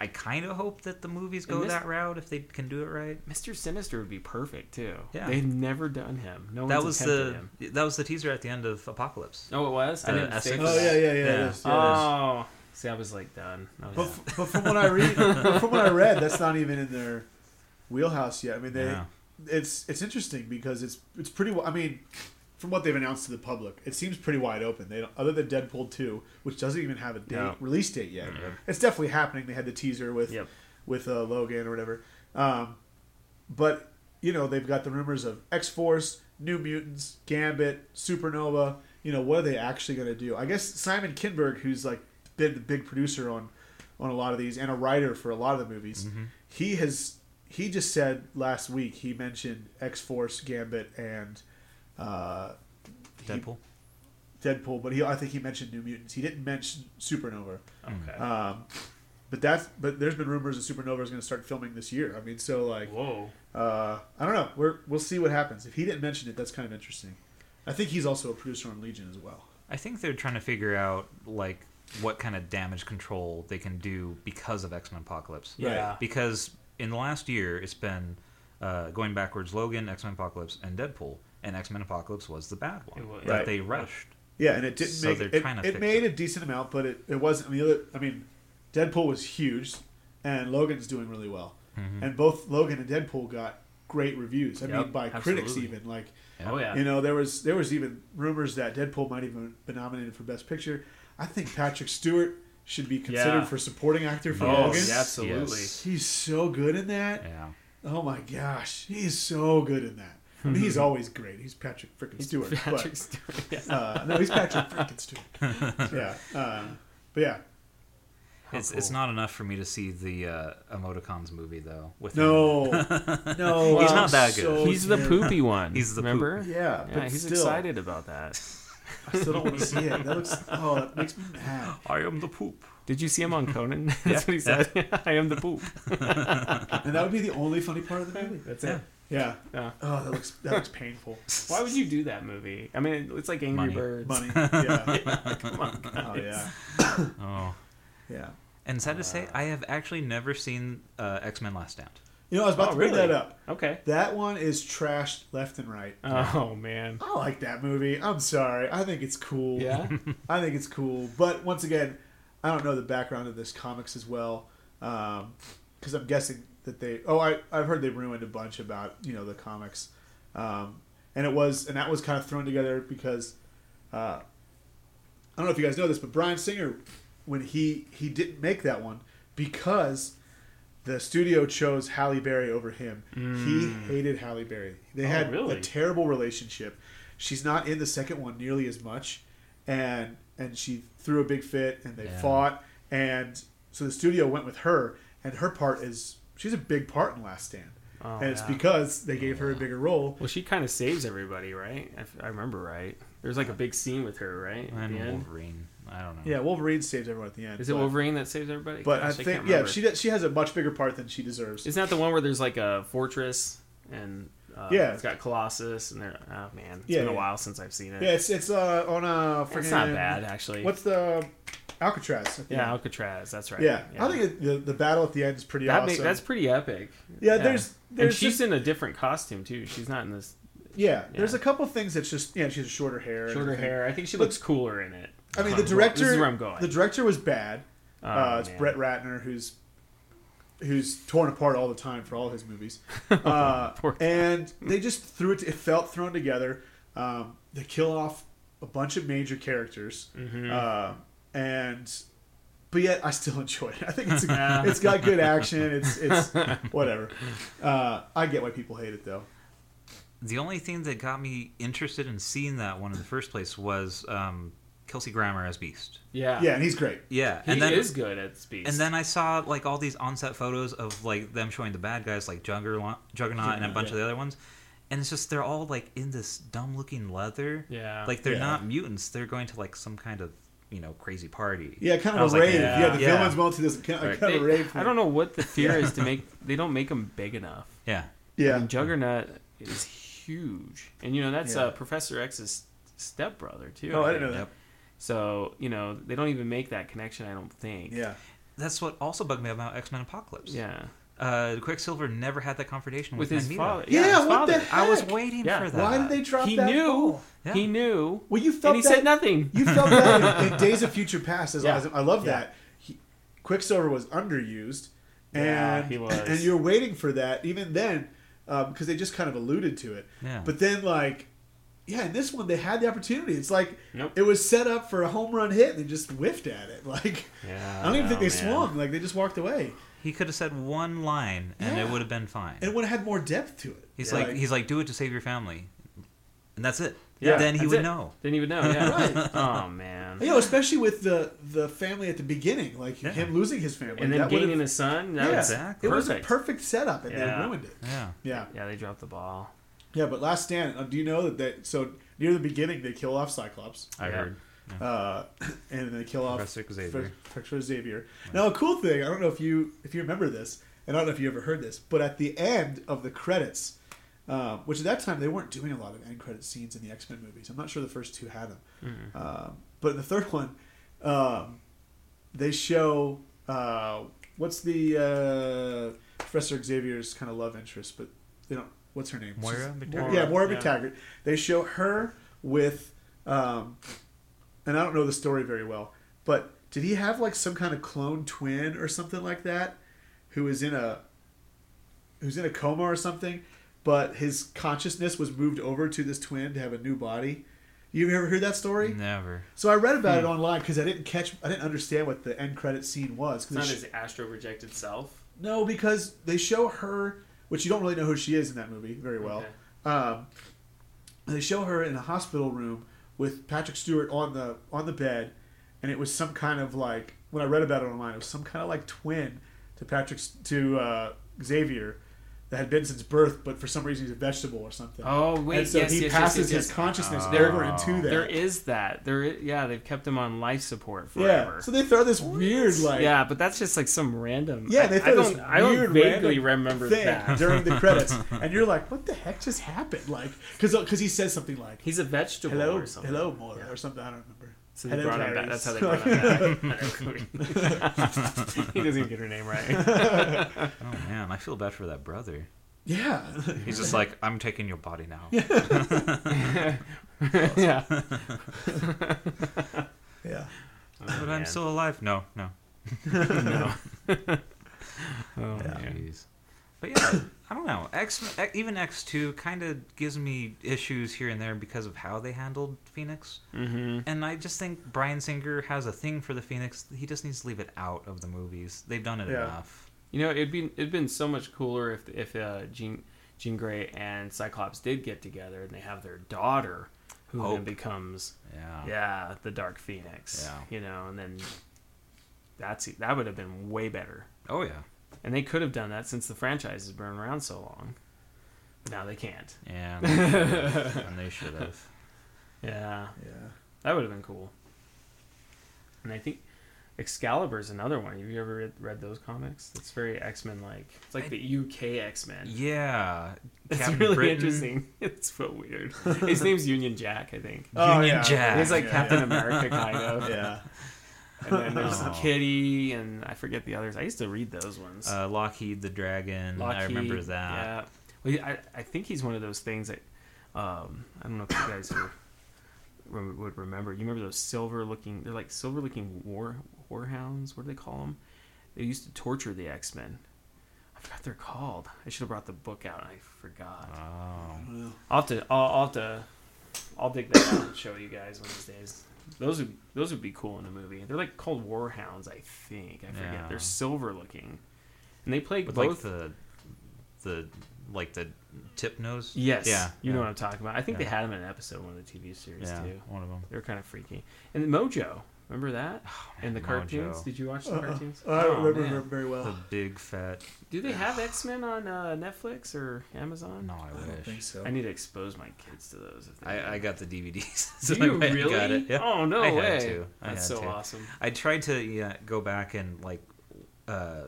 I kind of hope that the movies go And this- that route if they can do it right. Mr. Sinister would be perfect too. Yeah. They've never done him. No That was one's the attempted him. that was the teaser at the end of Apocalypse. Oh, it was. I The didn't think. Essex- Oh yeah, yeah, yeah. Yeah. It is, yeah, it is. Oh, see, I was like done. I was But, f- but from what I read, but from what I read, that's not even in their wheelhouse yet. I mean, they Yeah. it's it's interesting because it's it's pretty. wi- I mean, from what they've announced to the public, it seems pretty wide open. They don't, other than Deadpool two, which doesn't even have a date No. release date yet. Mhm. It's definitely happening. They had the teaser with Yep. with uh, Logan or whatever. Um, but you know they've got the rumors of X Force, New Mutants, Gambit, Supernova. You know what are they actually going to do? I guess Simon Kinberg, who's like been the big producer on on a lot of these and a writer for a lot of the movies, he has he just said last week he mentioned X Force, Gambit, and uh, he- Deadpool. Deadpool. But he I think he mentioned New Mutants. He didn't mention Supernova. Mm-hmm. okay. Um, but that's but there's been rumors that Supernova is going to start filming this year. I mean, so like Whoa. uh, I don't know. We're, we'll see what happens. If he didn't mention it, that's kind of interesting. I think he's also a producer on Legion as well. I think they're trying to figure out like what kind of damage control they can do because of X Men Apocalypse. Yeah. Because in the last year, it's been uh, going backwards: Logan, X Men Apocalypse, and Deadpool. And X Men Apocalypse was the bad It one was- that Right. they rushed. Yeah, and it didn't So make they're it. trying to It fix made it. a decent amount, but it, it wasn't. I mean, the other, I mean, Deadpool was huge, and Logan's doing really well, Mm-hmm. and both Logan and Deadpool got great reviews. I mean, Yep, by critics absolutely. even like. Yeah. Oh yeah. You know, there was there was even rumors that Deadpool might even be nominated for Best Picture. I think Patrick Stewart should be considered Yeah. for supporting actor for oh, Logan. yeah, absolutely. Yes. He's so good in that. Yeah. Oh my gosh, he's so good in that. I mean, he's always great. He's Patrick freaking Stewart. Patrick Stewart. Yeah. But, uh, no, he's Patrick freaking Stewart. yeah, uh, but yeah, How It's it's cool. not enough for me to see the uh, emoticons movie though. With him. no, no, He's I'm not that good. so He's the terrible. poopy one. He's the poop. remember. Oh, Yeah, Yeah, but he's still, excited about that. I still don't want to see it. That looks oh, that makes me mad. I am the poop. Did you see him on Conan? That's Yeah. what he said. I am the poop. And that would be the only funny part of the movie. That's Yeah. Yeah. Yeah. Oh, that looks that looks painful. Why would you do that movie? I mean, it's like Angry Money. Birds. Money. Yeah. Come on, guys. Oh yeah. Oh. Yeah. And sad to say, Uh. I have actually never seen uh, X Men Last Stand. You know, I was about Oh, to bring really? that up. Okay. That one is trashed left and right. Oh man. I like that movie. I'm sorry. I think it's cool. Yeah. I think it's cool. But once again, I don't know the background of this comics as well, because I'm guessing that they. Oh, I I've heard they ruined a bunch about you know the comics, um, and it was and that was kind of thrown together because uh, I don't know if you guys know this, but Brian Singer, when he he didn't make that one because the studio chose Halle Berry over him. Mm. He hated Halle Berry. They Oh, had really? a terrible relationship. She's not in the second one nearly as much, and and she threw a big fit, and they Yeah. fought, and so the studio went with her, and her part is she's a big part in Last Stand, Oh, and it's yeah. Oh, because they gave her a bigger role. Well, she kind of saves everybody, right? If I remember right. There's like a big scene with her, right? At And the end. Wolverine. I don't know. Yeah, Wolverine saves everyone at the end. Is it but- Wolverine that saves everybody? But Gosh, I can't think yeah, remember. she does- she has a much bigger part than she deserves. Isn't that the one where there's like a fortress and uh, Yeah. it's got Colossus and they're oh man, it's Yeah, been a yeah. while since I've seen it. Yeah, it's it's uh, on a freaking. it's not bad actually. What's the Alcatraz? I think. yeah, Alcatraz, that's right. Yeah, I think it, the, the battle at the end is pretty that ma- awesome. that's pretty epic. yeah, there's and there's she's just, in a different costume too. She's not in this yeah, there's yeah. a couple things that's just yeah, she has shorter hair. and shorter everything. hair. I think she But- looks cooler in it. I mean, Huh, the well, director. This is where I'm going. The director was bad. Oh, uh, it's man. Brett Ratner who's who's torn apart all the time for all his movies. Uh, Poor guy. and they just threw it. It felt thrown together. Um, they kill off a bunch of major characters, Mm-hmm. uh, and but yet I still enjoy it. I think it's Yeah. it's got good action. It's it's whatever. Uh, I get why people hate it though. The only thing that got me interested in seeing that one in the first place was um, Kelsey Grammer as Beast. Yeah. Yeah, and he's great. Yeah, He and then is good at speech. and then I saw like all these on-set photos of like them showing the bad guys like Juggernaut, Juggernaut, and a bunch of the other ones, and it's just they're all like in this dumb-looking leather. Yeah. like they're Yeah. not mutants. They're going to like some kind of you know crazy party. Yeah, kind I of was a like, rave. yeah, yeah. the yeah. villains multi doesn't kind Right. of a They- rave. I don't know what the fear is to make. They don't make him big enough. Yeah, Yeah, I mean, Juggernaut is huge, and you know that's Yeah. uh, Professor X's stepbrother too. Oh, I think. didn't know that. Yep. So you know they don't even make that connection. I don't think. Yeah, that's what also bugged me about X Men Apocalypse. Yeah. uh, Quicksilver never had that confrontation With with, his Magneto. father. Yeah, his what the father. I was Heck. waiting Yeah. for that. why did they drop He that? knew. ball? Yeah. He knew. Well, you felt And he that said nothing. You felt that in, in Days of Future Past. As Yeah. as- I love Yeah. that. He, Quicksilver was underused, and Yeah, he was. and you're waiting for that even then because they just kind of alluded to it. Yeah. But then like, yeah, in this one they had the opportunity. It's like Nope. it was set up for a home run hit, and they just whiffed at it. Like Yeah. I don't even think they Oh, man. swung. Like they just walked away, He could have said one line and Yeah. it would have been fine. and it would have had more depth to it. he's like, he's like, do it to save your family, and that's it. Yeah, then he that's would it. know. Didn't even know. Yeah. Right. Oh man. you know, especially with the the family at the beginning, like Yeah. him losing his family, And then that gaining would've- a son. That yeah, was Exactly. It was a perfect. perfect setup, and Yeah. they ruined it. Yeah, Yeah. Yeah, they dropped the ball. Yeah, but Last Stand. uh, Do you know that? They, so near the beginning, they kill off Cyclops, I heard. uh, and they kill off Professor Xavier. Fr- Professor Xavier. Now, a cool thing. I don't know if you if you remember this, and I don't know if you ever heard this, but at the end of the credits, um, which at that time they weren't doing a lot of end credit scenes in the X Men movies. I'm not sure the first two had them, Mm-hmm. um, but in the third one, um, they show uh, what's the uh, Professor Xavier's kind of love interest, but they don't. What's her name? Moira She's- McTaggart. Yeah, Moira Yeah. McTaggart. They show her with, um, and I don't know the story very well, but did he have like some kind of clone twin or something like that, who was in a, who's in a coma or something, but his consciousness was moved over to this twin to have a new body. You ever heard that story? Mm-hmm. Never. So I read about it Mm. online because I didn't catch, I didn't understand what the end credit scene was. 'cause It's not they sh- his astro projected self. no, because they show her, which you don't really know who she is in that movie very well. Um, they show her in a hospital room with Patrick Stewart on the on the bed, and it was some kind of like when I read about it online, it was some kind of like twin to Patrick's to uh, Xavier that had been since birth, but for some reason he's a vegetable or something. Oh wait, and so yes, he yes, yes, passes yes, his yes. consciousness Oh. over into that. There is that. There, i- yeah, they've kept him on life support forever. yeah, so they throw this weird like yeah, but that's just like some random. Yeah, I- they I throw this don't. I don't weird vaguely random remember thing that. during the credits, and you're like, what the heck just happened? Like, because he says something like. He's a vegetable Hello, or something. hello, Moira, or something. I don't remember. So they Hello, brought him back. That's Clarice. how they brought him back. he doesn't even get her name right. Oh man, I feel bad for that brother. Yeah, He's just like, I'm taking your body now. yeah. yeah. Oh, but I'm still alive. No, no. no. oh man. Jeez. But yeah, I don't know. X even X two kind of gives me issues here and there because of how they handled Phoenix, Mm-hmm. and I just think Brian Singer has a thing for the Phoenix. He just needs to leave it out of the movies. They've done it Yeah. enough. You know, it'd be it'd been so much cooler if if uh, Jean Jean Grey and Cyclops did get together and they have their daughter, who then Hope. becomes Yeah. yeah the Dark Phoenix. Yeah. You know, and then that's that would have been way better. Oh yeah. And they could have done that since the franchise has been around so long. Now they can't. Yeah. and they should've. and they should have. Yeah, Yeah. that would have been cool. And I think Excalibur's another one. Have you ever read, read those comics? It's very X Men like. It's like I- the UK X Men. Yeah. It's Captain really Britain, interesting. It's so weird. His name's Union Jack, I think. Oh, Union yeah. Jack. He's like Yeah, Captain yeah. America, kind of. Yeah. And then there's Oh. Kitty, and I forget the others. I used to read those ones. uh, Lockheed the Dragon. Mm, I remember Lockheed, that. Yeah. Well, I, I think he's one of those things that um, I don't know if you guys are, rem- would remember. You remember those silver looking? They're like silver looking war warhounds. What do they call them? They used to torture the X Men. I forgot they're called. I should have brought the book out. and I forgot. Oh. Well, I'll have to. I'll, I'll have to. I'll dig that out and show you guys one of these days. Those would those would be cool in a movie. They're like called warhounds, I think. I forget. Yeah. They're silver looking, and they play With both. like the the like the tip nose. Yes. Yeah. You know yeah. what I'm talking about. I think they Yeah. had him in an episode of one of the TV series Yeah. too. One of them. They were kind of freaky. And Mojo, remember that? and the Oh, Mojo. cartoons. Did you watch the cartoons? Uh, Uh-huh. I don't Oh, remember man. her very The well. big fat. Do they have X Men on uh, Netflix or Amazon? No, I I don't think wish. so. I need to expose my kids to those. If they I, I got the DVDs. Do so I you went and really? Got it. Yeah. Oh no I way! Had to. I That's had so to. awesome. I tried to yeah, go back and like uh,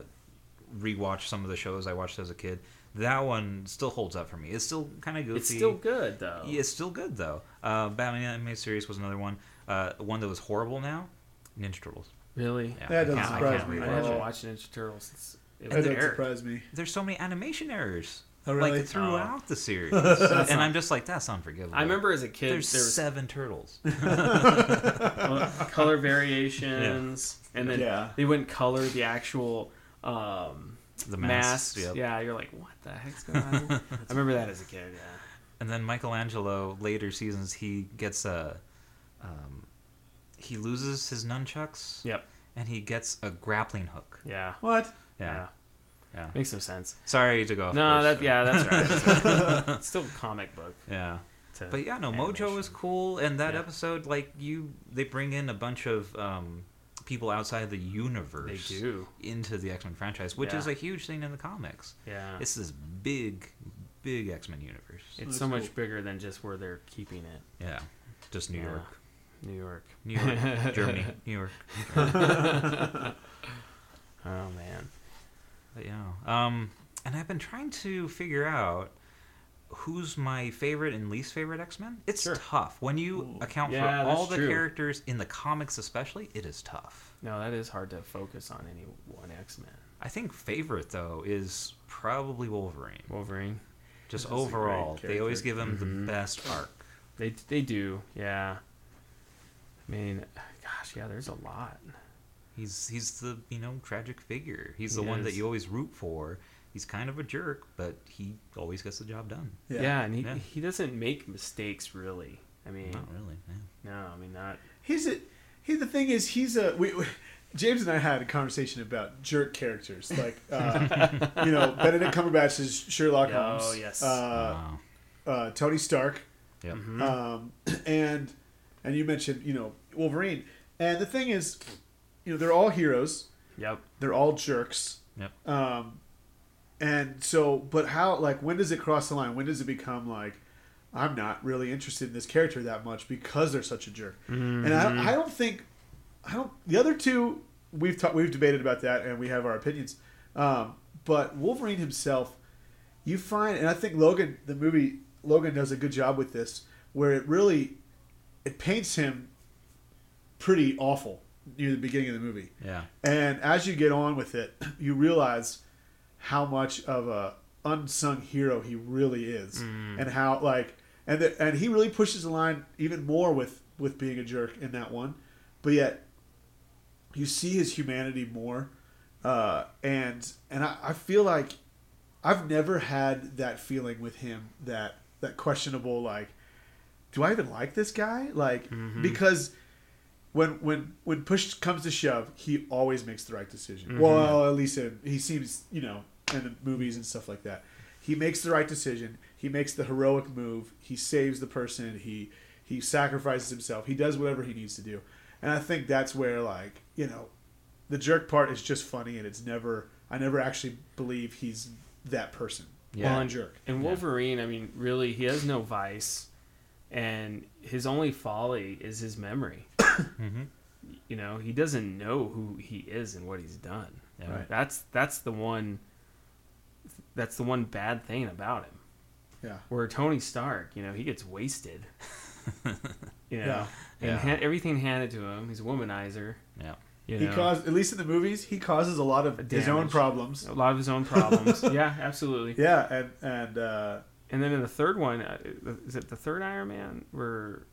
rewatch some of the shows I watched as a kid. That one still holds up for me. It's still kind of goofy. It's still good though. Yeah, it's still good though. Uh, Batman animated series was another one. Uh, one that was horrible now. Ninja Turtles. Really? Yeah, That I doesn't can't- I surprise can't I me rewatch at all. haven't it. watched Ninja Turtles since it That was doesn't aired. surprise me. There's so many animation errors. Oh, really? Like throughout the series, and I'm just like, that's unforgivable. I remember as a kid there's there was seven turtles. uh, color variations, and then Yeah. they wouldn't color the actual um, The masks. masks. yep. Yeah, you're like, what the heck's going on? here?" I remember that as a kid. And then Michelangelo later seasons he gets a, um, he loses his nunchucks. Yeah. Yep. and he gets a grappling hook. Yeah. What? Yeah, yeah. Makes no sense. Sorry to go. Off No, course, that but- yeah, that's right. it's still a comic book. yeah. To, But yeah, no, Mojo Animation. is cool, and that Yeah. episode, like you, they bring in a bunch of um, people outside the they universe do. into the X Men franchise, which Yeah. is a huge thing in the comics. Yeah. It's, It's this big, big X Men universe. That's so much cool. bigger than just where they're keeping it. yeah, just New Yeah. York, New York. New York, Germany, New York. Oh man. But yeah. Um, and I've been trying to figure out who's my favorite and least favorite X Men. It's Sure. tough when you Ooh. account Yeah, for all that's the true. characters in the comics, especially. It is tough. No, that is hard to focus on any one X Men. I think favorite though is probably Wolverine. Wolverine. Just That's a great overall, they always character. Mm-hmm. give him Mhm. the best arc. They they do. Yeah. I mean, gosh, yeah. There's a lot. He's he's the you know tragic figure. He's the He one that is. you always root for. He's kind of a jerk, but he always gets the job done. Yeah, and he Yeah. he doesn't make mistakes really. I Mm-hmm. mean, Not really. Yeah. no, I mean not. He's a, he, the thing is, he's a. We, we- James and I had a conversation about jerk characters, like uh, you know Benedict Cumberbatch is Sherlock Oh, Holmes. yes. Uh, wow. uh, Tony Stark, Yep. Mhm. um, and and you mentioned you know Wolverine, and the thing is, you know they're all heroes, Yep. they're all jerks. Yep. Um, and so, but how? Like, when does it cross the line? When does it become like, I'm not really interested in this character that much because they're such a jerk? And I, I don't think, I don't. The other two, we've ta- we've debated about that, and we have our opinions. Um, but Wolverine himself, you find, and I think Logan, the movie Logan, does a good job with this, where it really, it paints him pretty awful near the beginning of the movie. Yeah. And as you get on with it, you realize how much of a unsung hero he really is, and how like and the, and he really pushes the line even more with with being a jerk in that one, but yet you see his humanity more, uh, and and I, I feel like I've never had that feeling with him that that questionable like, do I even like this guy? Like because when when when push comes to shove, he always makes the right decision. Mm-hmm. Well, at least in, he seems, you know, in the movies and stuff like that. He makes the right decision. He makes the heroic move. He saves the person. He he sacrifices himself. He does whatever he needs to do. And I think that's where like, you know, the jerk part is just funny and it's never I never actually believe he's that person. Yeah. Well, a jerk. And Wolverine, I mean, really, he has no vice, and his only folly is his memory. Mm-hmm. You know, he doesn't know who he is and what he's done. Yeah. Right. That's that's the one. That's the one bad thing about him. Yeah. Where Tony Stark, you know, he gets wasted. you know, Yeah. and Yeah. ha- everything handed to him. He's a womanizer. Yeah. You He know, caused at least in the movies, he causes a lot of his own Damage. Oh. problems. a lot of his own problems. yeah, absolutely. Yeah, and and uh And then in the third one, uh, is it the third Iron Man where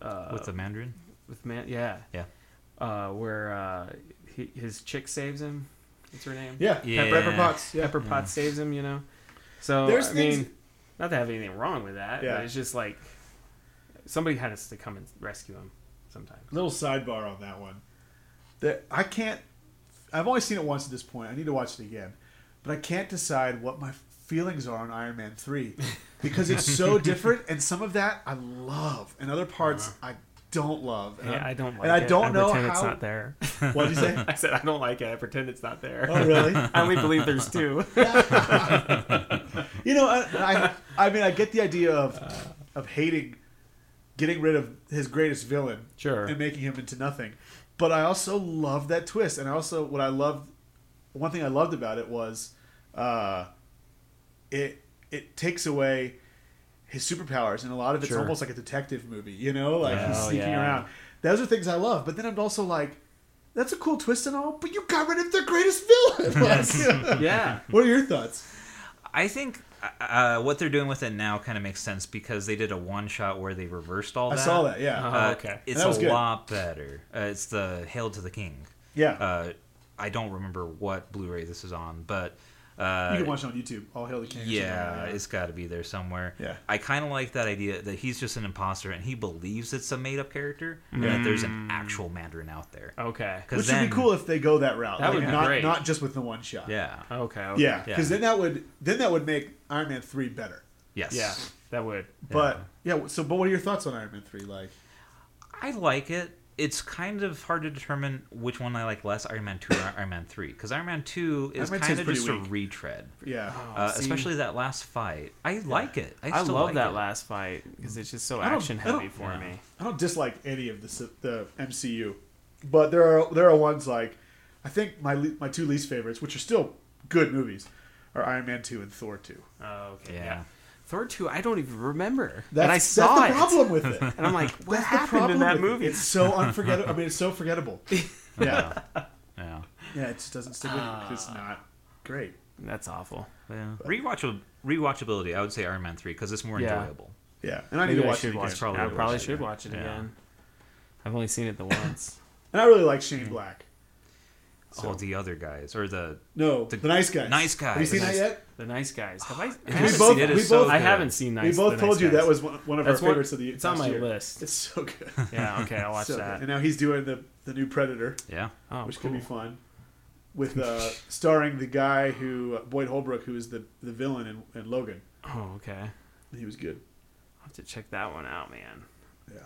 uh, With the Mandarin? with man? Yeah, Yeah. Uh, where uh, he, his chick saves him. What's her name? yeah, Yeah. Pepper, Pepper Potts. Yeah. Pepper Potts saves him. You know. So There's I things- mean, not to have anything wrong with that, Yeah. but it's just like somebody has to come and rescue him sometimes. Little sidebar on that one. That I can't. I've only seen it once at this point. I need to watch it again, but I can't decide what my feelings are on Iron Man three because it's so different. And some of that I love, and other parts I don't love. And Uh-huh. Yeah, Uh-huh. I'm- I don't like and I it. don't know pretend how. it's not there. What did you say? I said I don't like it. I pretend it's not there. oh, really? I only believe there's two. You know, I, I, I mean, I get the idea of of hating, getting rid of his greatest villain, Sure. and making him into nothing. But I also love that twist, and I also what I loved, one thing I loved about it was, uh, it it takes away his superpowers, and a lot of it's Sure. almost like a detective movie. You know, like he's Oh, sneaking yeah. around. Those are things I love. But then I'm also like. That's a cool twist and all, but you got rid of their greatest villain. Like, yeah. What are your thoughts? I think uh, what they're doing with it now kind of makes sense because they did a one shot where they reversed all I that. saw that. Yeah. Uh-huh. Uh, Oh, okay. It's That was a good. lot better. Uh, it's the Hail to the King. Yeah. Uh, I don't remember what Blu ray this is on, but. You Uh, can watch it on YouTube. All hail the king. or something yeah, like that. it's got to be there somewhere. Yeah. I kind of like that idea that he's just an imposter and he believes it's a made up character and that there's an actual Mandarin out there. Okay. 'Cause Mm. which then, would be cool if they go that route. That Like, would be not, great. Not just with the one shot. Yeah. Okay. okay. yeah, Yeah. because then that would then that would make Iron Man three better. Yes. Yeah. That would. But yeah, so but what are your thoughts on Iron Man three? Like, I like it. It's kind of hard to determine which one I like less, Iron Man 2 or Iron Man 3, because Iron Man 2 is Iron Man 2 is kind of pretty just weak. a retread. yeah, Uh, See, especially that last fight. I like it. I, I still love like that it. last fight because it's just so I don't- action I don't- heavy for me. I don't dislike any of the s- the MCU, but there are there are ones like I think my le- my two least favorites, which are still good movies, are Iron Man two and Thor two. Oh, okay. Yeah. Thor two, I don't even remember. That's, and I saw that's the it. problem with it. And I'm like, what That's the happened in problem that with it. movie? It's so unforgettable. I mean, it's so forgettable. Yeah. Yeah. Yeah, it just doesn't stick with Ah. you because it's not great. That's awful. yeah. Rewatchable, rewatchability, I would say Iron Man 3, because it's more Yeah. enjoyable. Yeah, and I need Maybe to I watch should it watch again. it. Probably I watch probably it should again. watch it Yeah. again. I've only seen it the once. And I really like Shane Black. Oh, the other guys. Or the. No, the, The- nice guys. Nice guys. Have you seen The that nice- yet? the Nice Guys. Have I? I haven't haven't seen both- seen it. we It is so both- I good. haven't seen Nice. we both The told Nice you that Guys. was one, one of That's our one- favorites of the. it's on last my year. list. It's so good. Yeah. Okay. I'll watch So good. that. And now he's doing the the new Predator, Yeah. Oh, which cool. could be fun, with uh, starring the guy who uh, Boyd Holbrook, who is the the villain in, in Logan. Oh, okay. I'll He was good. have to check that one out, man. Yeah.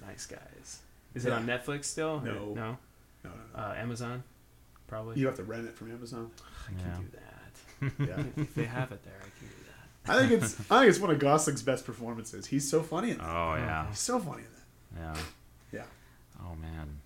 The Nice Guys. Is it Yeah. on Netflix still? No. No. No, no, no. Uh, Amazon, probably. You have to rent it from Amazon. I can Yeah. do that. Yeah. if they have it there, I can do that. I think it's I think it's one of Gosling's best performances. He's so funny in that. Oh, yeah. He's so funny in that. Yeah. Yeah. Oh, man.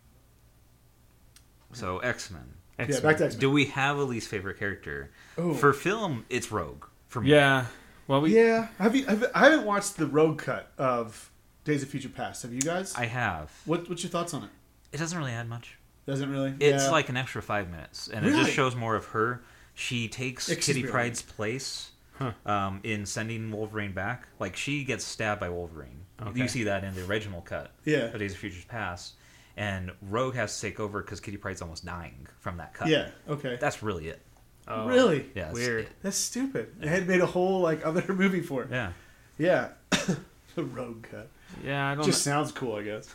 So, X Men. Yeah, back to X-Men. Do we have a least favorite character? Oh. For film, it's Rogue. For me. Yeah. Well, we. yeah. Have you? Have, I haven't watched the road cut of Days of Future Past. Have you guys? I have. what What's your thoughts on it? It doesn't really add much. Doesn't really. It's Yeah. like an extra five minutes, and it Really? just shows more of her. She takes Kitty Experience. Pride's place Huh. um, in sending Wolverine back. Like she gets stabbed by Wolverine. Okay. You see that in the original cut Yeah. of Days of Futures Past, and Rogue has to take over because Kitty Pride's almost dying from that cut. yeah. Okay. that's really it. Oh, really. Yeah, it's- Weird. That's stupid. They had made a whole like other movie for it. Yeah, Yeah. the road cut. Yeah, I don't. Just sounds cool, I guess.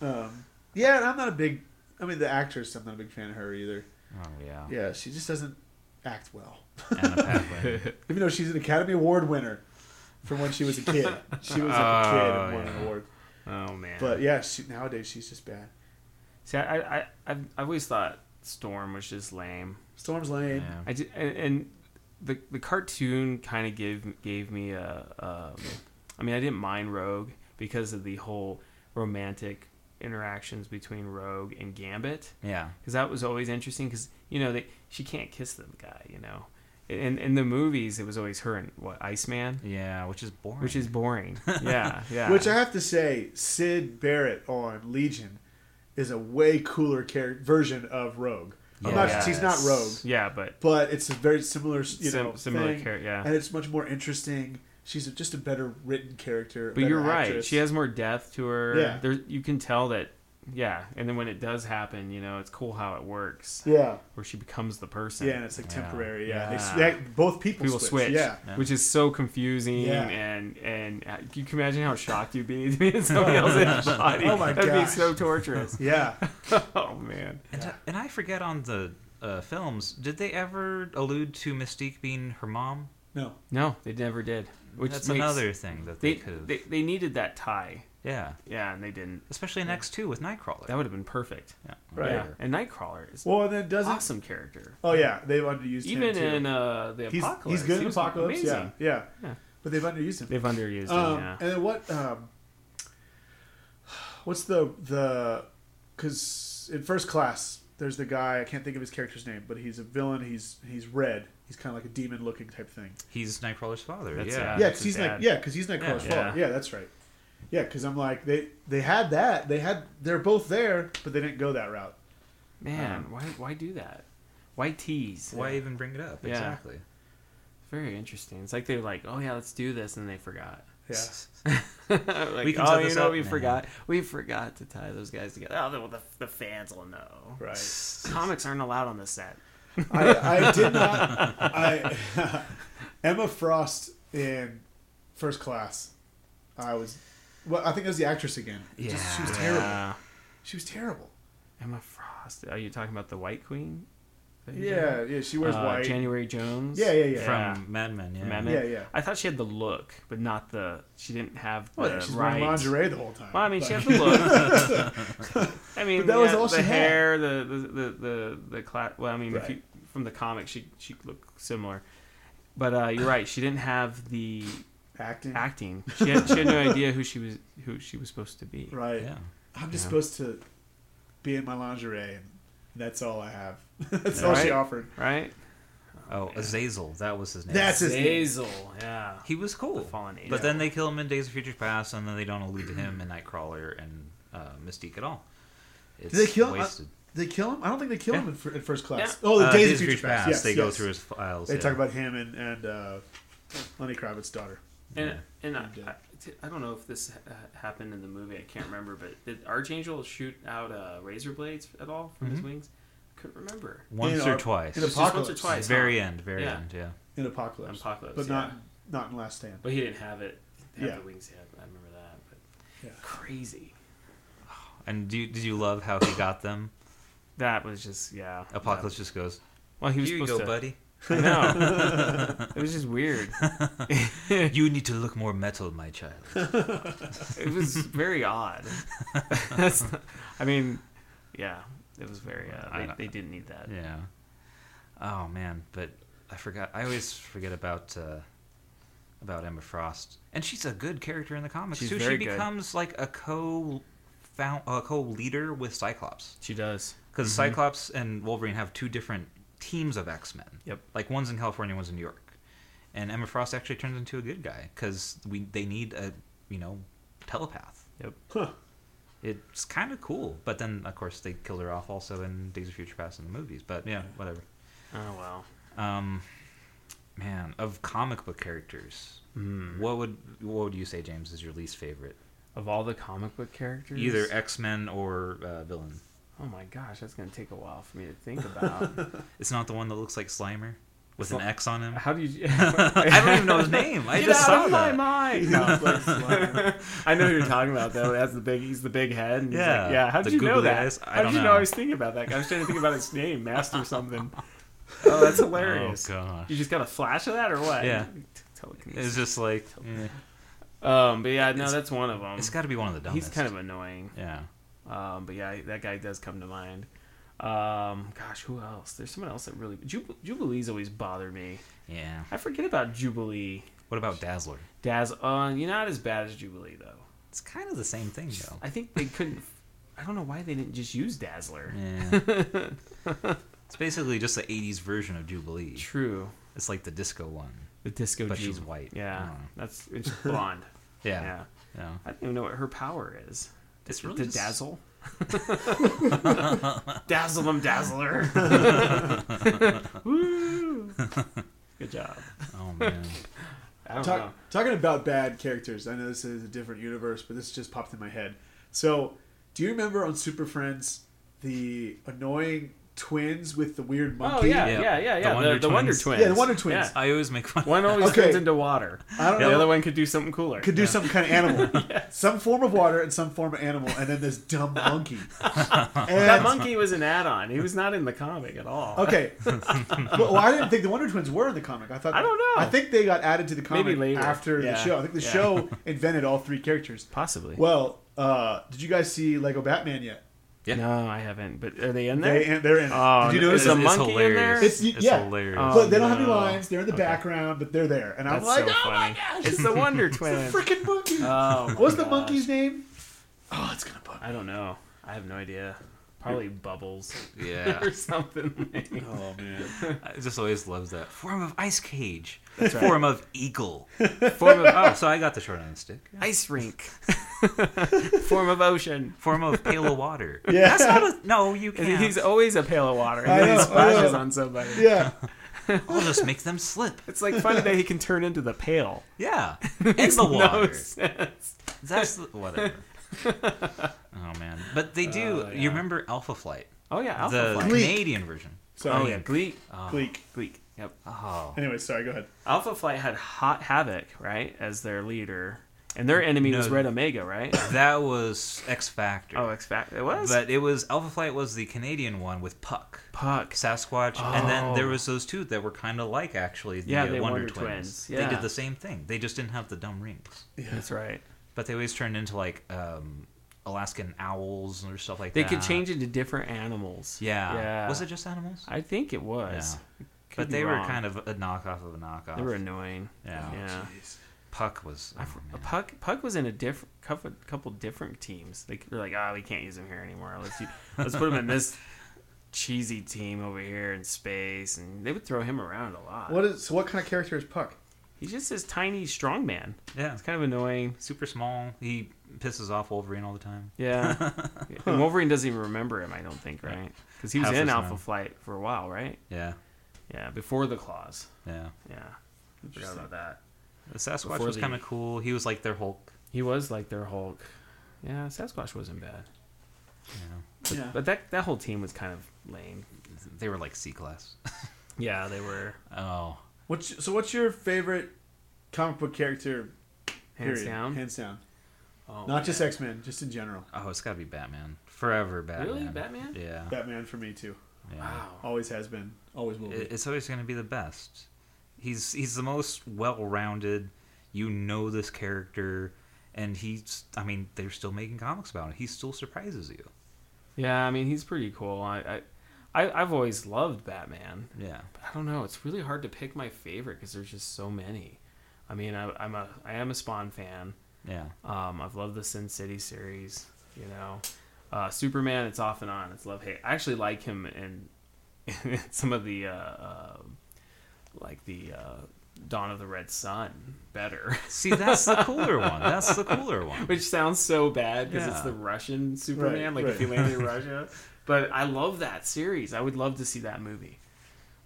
um, Yeah, and I'm not a big. I mean, the actress. I'm not a big fan of her either. Oh yeah. Yeah, she just doesn't act well. Anna Paquin. Even though she's an Academy Award winner from when she was a kid, she was like a kid Oh, and won an yeah. award. Oh man. But yeah, she, nowadays she's just bad. see, I I I I always thought Storm was just lame. Storm's Lane. Yeah. I ju- and, and the the cartoon kind of gave gave me a, um, I mean I didn't mind Rogue because of the whole romantic interactions between Rogue and Gambit Yeah. because that was always interesting because you know they, she can't kiss the guy you know in in the movies it was always her and what Iceman Yeah, which is boring. which is boring yeah yeah Which I have to say, Sid Barrett on Legion is a way cooler char- version of Rogue. I'm not, Yes. He's not Rogue, yeah but but it's a very similar, you sim- know, similar thing, character yeah and it's much more interesting. She's a, just a better written character. a But better you're right. actress. She has more depth to her. Yeah. There, you can tell that. Yeah. And then when it does happen, you know, it's cool how it works, yeah, where she becomes the person. yeah, and it's like Yeah. temporary. Yeah, Yeah. They, they, both people, People switch, Yeah, Yeah. which is so confusing, Yeah. and and uh, you can imagine how shocked you'd be to be in somebody else's body. Oh my That'd gosh. be so torturous. yeah. oh man, and, I- and I forget on the uh, films, did they ever allude to Mystique being her mom? No, no, they never did. Which That's makes- another thing that They, they, could have. they they needed that tie, yeah. yeah, and they didn't. Especially in X2 with Nightcrawler. That would have been perfect. yeah. Right. Yeah. And Nightcrawler is well, and then doesn't. awesome character. Oh yeah, they've underused him Even too. in uh, the he's, apocalypse, he's good he in was Apocalypse. Amazing. Yeah, yeah, Yeah. But they've underused him. They've underused Um, him, yeah. And then what? Um, what's the the? Because in first class, there's the guy I can't think of his character's name, but he's a villain. He's he's red. He's kind of like a demon looking type thing. He's Nightcrawler's father. That's yeah. Uh, Yeah, that's his 'cause yeah, because he's dad. like yeah, 'cause he's Nightcrawler's Yeah. father. Yeah, that's right. Yeah, because I'm like they they had that. They had they're both there, but they didn't go that route. Man, um, why why do that? Why tease? Why even bring it up? Yeah. Exactly. Very interesting. It's like they're like, oh yeah, let's do this, and they forgot. Yeah, like, We can oh, set you this know, up we now." forgot. We forgot to tie those guys together. Oh, the, the, the fans will know. right. Comics aren't allowed on the set. I, I did not. I Emma Frost in First Class. I was. Well, I think it was the actress again. It just- she was Yeah. terrible. Uh, She was terrible. Emma Frost. Are you talking about the White Queen? That you Yeah, yeah. She wears Uh, white. January Jones. Yeah, yeah, yeah. From Mad Men. Yeah. Mad Men. yeah, yeah. I thought she had the look, but not the. She didn't have the Well, yeah, she's uh, right. wearing lingerie the whole time. Well, I mean, but- she had the look. I mean, But that was yeah, all the she had. hair, the the the the, the cla- Well, I mean, if Right. you, from the comic, she she looked similar. But uh, you're right. She didn't have the acting. acting. She had, she had no idea who she was who she was supposed to be. Right. Yeah. I'm just Yeah. supposed to be in my lingerie, and that's all I have. that's all she Right. offered. Right? Oh, Azazel. That was his name. That's his name. Hazel. Yeah. He was cool. The fallen angel. But then they kill him in Days of Future Past, and then they don't allude to him in Nightcrawler and uh, Mystique at all. It's they kill him? wasted. Did they kill him? I don't think they kill Yeah. him in, fir- in First Class. Yeah. Oh, the Uh, Days of Future Past. Yes, they go yes. through his files. They yeah. talk about him and and uh, Lenny Kravitz's daughter. and yeah. and I, Yeah. I, I don't know if this uh, happened in the movie. I can't remember. But did Archangel shoot out uh, razor blades at all from his Mm-hmm. Mhm. wings? couldn't remember. once In or our- twice. in Just once or Apocalypse. twice. huh? very end, very Yeah. end, yeah. in Apocalypse, Apocalypse, but not yeah. not in Last Stand. But he didn't have it. Have Yeah. the wings yet. I remember that. But Yeah. crazy. And do you, did you love how he got them? That was just yeah. Apocalypse just goes, Well, he was "Here you supposed go, to. buddy. I know. it was just weird. You need to look more metal, my child." It was very odd. That's not- I mean, yeah. It was very. I Uh, don't- they, they didn't need that. yeah. Oh man, but I forgot. I always forget about uh, about Emma Frost, and she's a good character in the comics She's too. very she good. becomes like a co found a co leader with Cyclops. She does. because Cyclops and Wolverine have two different teams of X Men. Yep. Like one's in California, one's in New York, and Emma Frost actually turns into a good guy because we they need a you know telepath. Yep. Huh. It's kind of cool, but then of course they killed her off also in Days of Future Past in the movies. But yeah, whatever. Oh well. Um, man, of comic book characters, what would what would you say James is your least favorite? Hmm. Of all the comic book characters, Either e- X Men or uh, villain. Oh my gosh, that's gonna take a while for me to think about. It's not the one that looks like Slimer. with an X on him. How do you? I don't even know his name. I Get just out saw of that. my mind. No, like, slime. I know who you're talking about though. That's the big. He's the big head. And he's Yeah, like, yeah. How the did you know googly that? eyes. I how don't did you know. know I was thinking about that guy? I was trying to think about his name, Master something. Oh, that's hilarious. Oh gosh. you just got a flash of that or what? Yeah. Telekinesis. It's just like eh, Um, but yeah, no, It's- that's one of them. it's got to be one of the dumbest. He's kind of annoying. yeah. Um, but yeah, that guy does come to mind. Um, gosh, who else? There's someone else that really Ju- Jubilee's always bothered me. Yeah. I forget about Jubilee. What about Dazzler? Daz, uh, you're not as bad as Jubilee though. It's kind of the same thing though. I think they couldn't. I don't know why they didn't just use Dazzler. Yeah. it's basically just the '80s version of Jubilee. True, It's like the disco one. the disco. But Ju- she's white. Yeah, Oh. that's it's blonde. Yeah. yeah. Yeah. I don't even know what her power is. It's To- really to just- dazzle. dazzle them, dazzler. Woo! Good job. Oh man. I don't know. Talk, talking about bad characters, I know this is a different universe, but this just popped in my head. So, do you remember on Super Friends the annoying twins with the weird monkey? Oh yeah, Yeah. yeah, yeah, yeah. The The Wonder Wonder, the, Wonder Twins. Twins. Yeah, the Wonder Twins. I always make fun. One always Okay. turns into water. I don't The know. other one could do something cooler. Could do some kind of animal, some form of water and some form of animal, and then this dumb monkey. that And- monkey was an add-on. He was not in the comic at all. Okay, well, I didn't think the Wonder Twins were in the comic. I thought I don't know. I think they got added to the comic Maybe later. after Yeah. the show. I think the Yeah. show invented all three characters. Possibly. Well, uh, did you guys see Lego Batman yet? Yeah. No, I haven't. But are they in there? They, and they're in. it. Oh, did you no, notice it's a them? monkey in there? It's, It's yeah. Um, hilarious. Oh, But they don't have any no. lines. They're in the background, but they're there. And I'm That's like, so oh funny. my gosh, It's the Wonder it's Twins. the freaking monkey. Oh, my What's the gosh. monkey's name? Oh, it's gonna bug. me. I don't know. I have no idea. Probably bubbles Yeah. or something. Oh man. I just always loves that form of ice cage. right. Form of eagle. Form of oh, so I got the short end of the stick. Yeah. Ice rink. Form of ocean. Form of pail of water. Yeah. That's not a no. You And can't. He's always a pail of water. And I then know, he I splashes know. on somebody. Yeah. I'll just make them slip. It's like funny that he can turn into the pail. Yeah, in the No water. sense. That's the, whatever. oh man, but they do. Oh, You yeah. remember Alpha Flight, Oh yeah, alpha the flight. Gleek. Canadian version? Sorry. Oh yeah, Gleek. Gleek. Gleek. Yep. Oh, Anyway, sorry. Go ahead. Alpha Flight had Hot Havoc right as their leader, and their enemy was No. Red Omega, right? that was X Factor. oh, X Factor. It was but it was Alpha Flight was the Canadian one with Puck, Puck. Sasquatch, and then Oh. there was those two that were kind of like actually the Yeah, uh, they Wonder, Wonder Twins. Twins, They yeah. did the same thing. They just didn't have the dumb rings, That's right. but they always turned into like um, Alaskan owls or stuff like They that. could change it to different animals. Yeah. Yeah. Was it just animals? I think it was. But they were kind of a knockoff of a knockoff. They were annoying. Yeah. Yeah. Puck was. I fr- Puck Puck was in a different couple, couple different teams. They were like, oh, we can't use him here anymore. Let's u- let's put him in this cheesy team over here in space, and they would throw him around a lot. What is? So what kind of character is Puck? He's just this tiny strong man. yeah. It's kind of annoying. Super small. He pisses off Wolverine all the time. Yeah. and Wolverine doesn't even remember him, I don't think, right? Because he was How's in this Alpha now? Flight for a while, right? Yeah. Yeah, before the claws. Yeah. Yeah. I forgot about that. The Sasquatch Before was the- kind of cool. He was like their Hulk. He was like their Hulk. Yeah, Sasquatch wasn't bad. Yeah. But that, that whole team was kind of lame. They were like C class. Yeah, they were. oh. What's so? What's your favorite comic book character? Hands period? down. Hands down. oh, Not just X Men, just in general. Oh, it's got to be Batman. Forever Batman. Really? Batman? Yeah. Batman for me too. yeah. Wow. Always has been. Always will be. It- It's always going to be the best. He's he's the most well-rounded. You know this character, and he's. I mean, they're still making comics about him. He still surprises you. Yeah, I mean, he's pretty cool. I, I, I, I've always loved Batman. Yeah. But I don't know. It's really hard to pick my favorite because there's just so many. I mean, I, I'm a I am a Spawn fan. Yeah. Um, I've loved the Sin City series. You know, uh, Superman. It's off and on. It's love hate. I actually like him in, in some of the uh, uh, like the uh, Dawn of the Red Sun better, See, that's the cooler one. That's the cooler one. which sounds so bad because it's Yeah. the Russian Superman, Right, like if he right. landed in Russia. But I love that series. I would love to see that movie,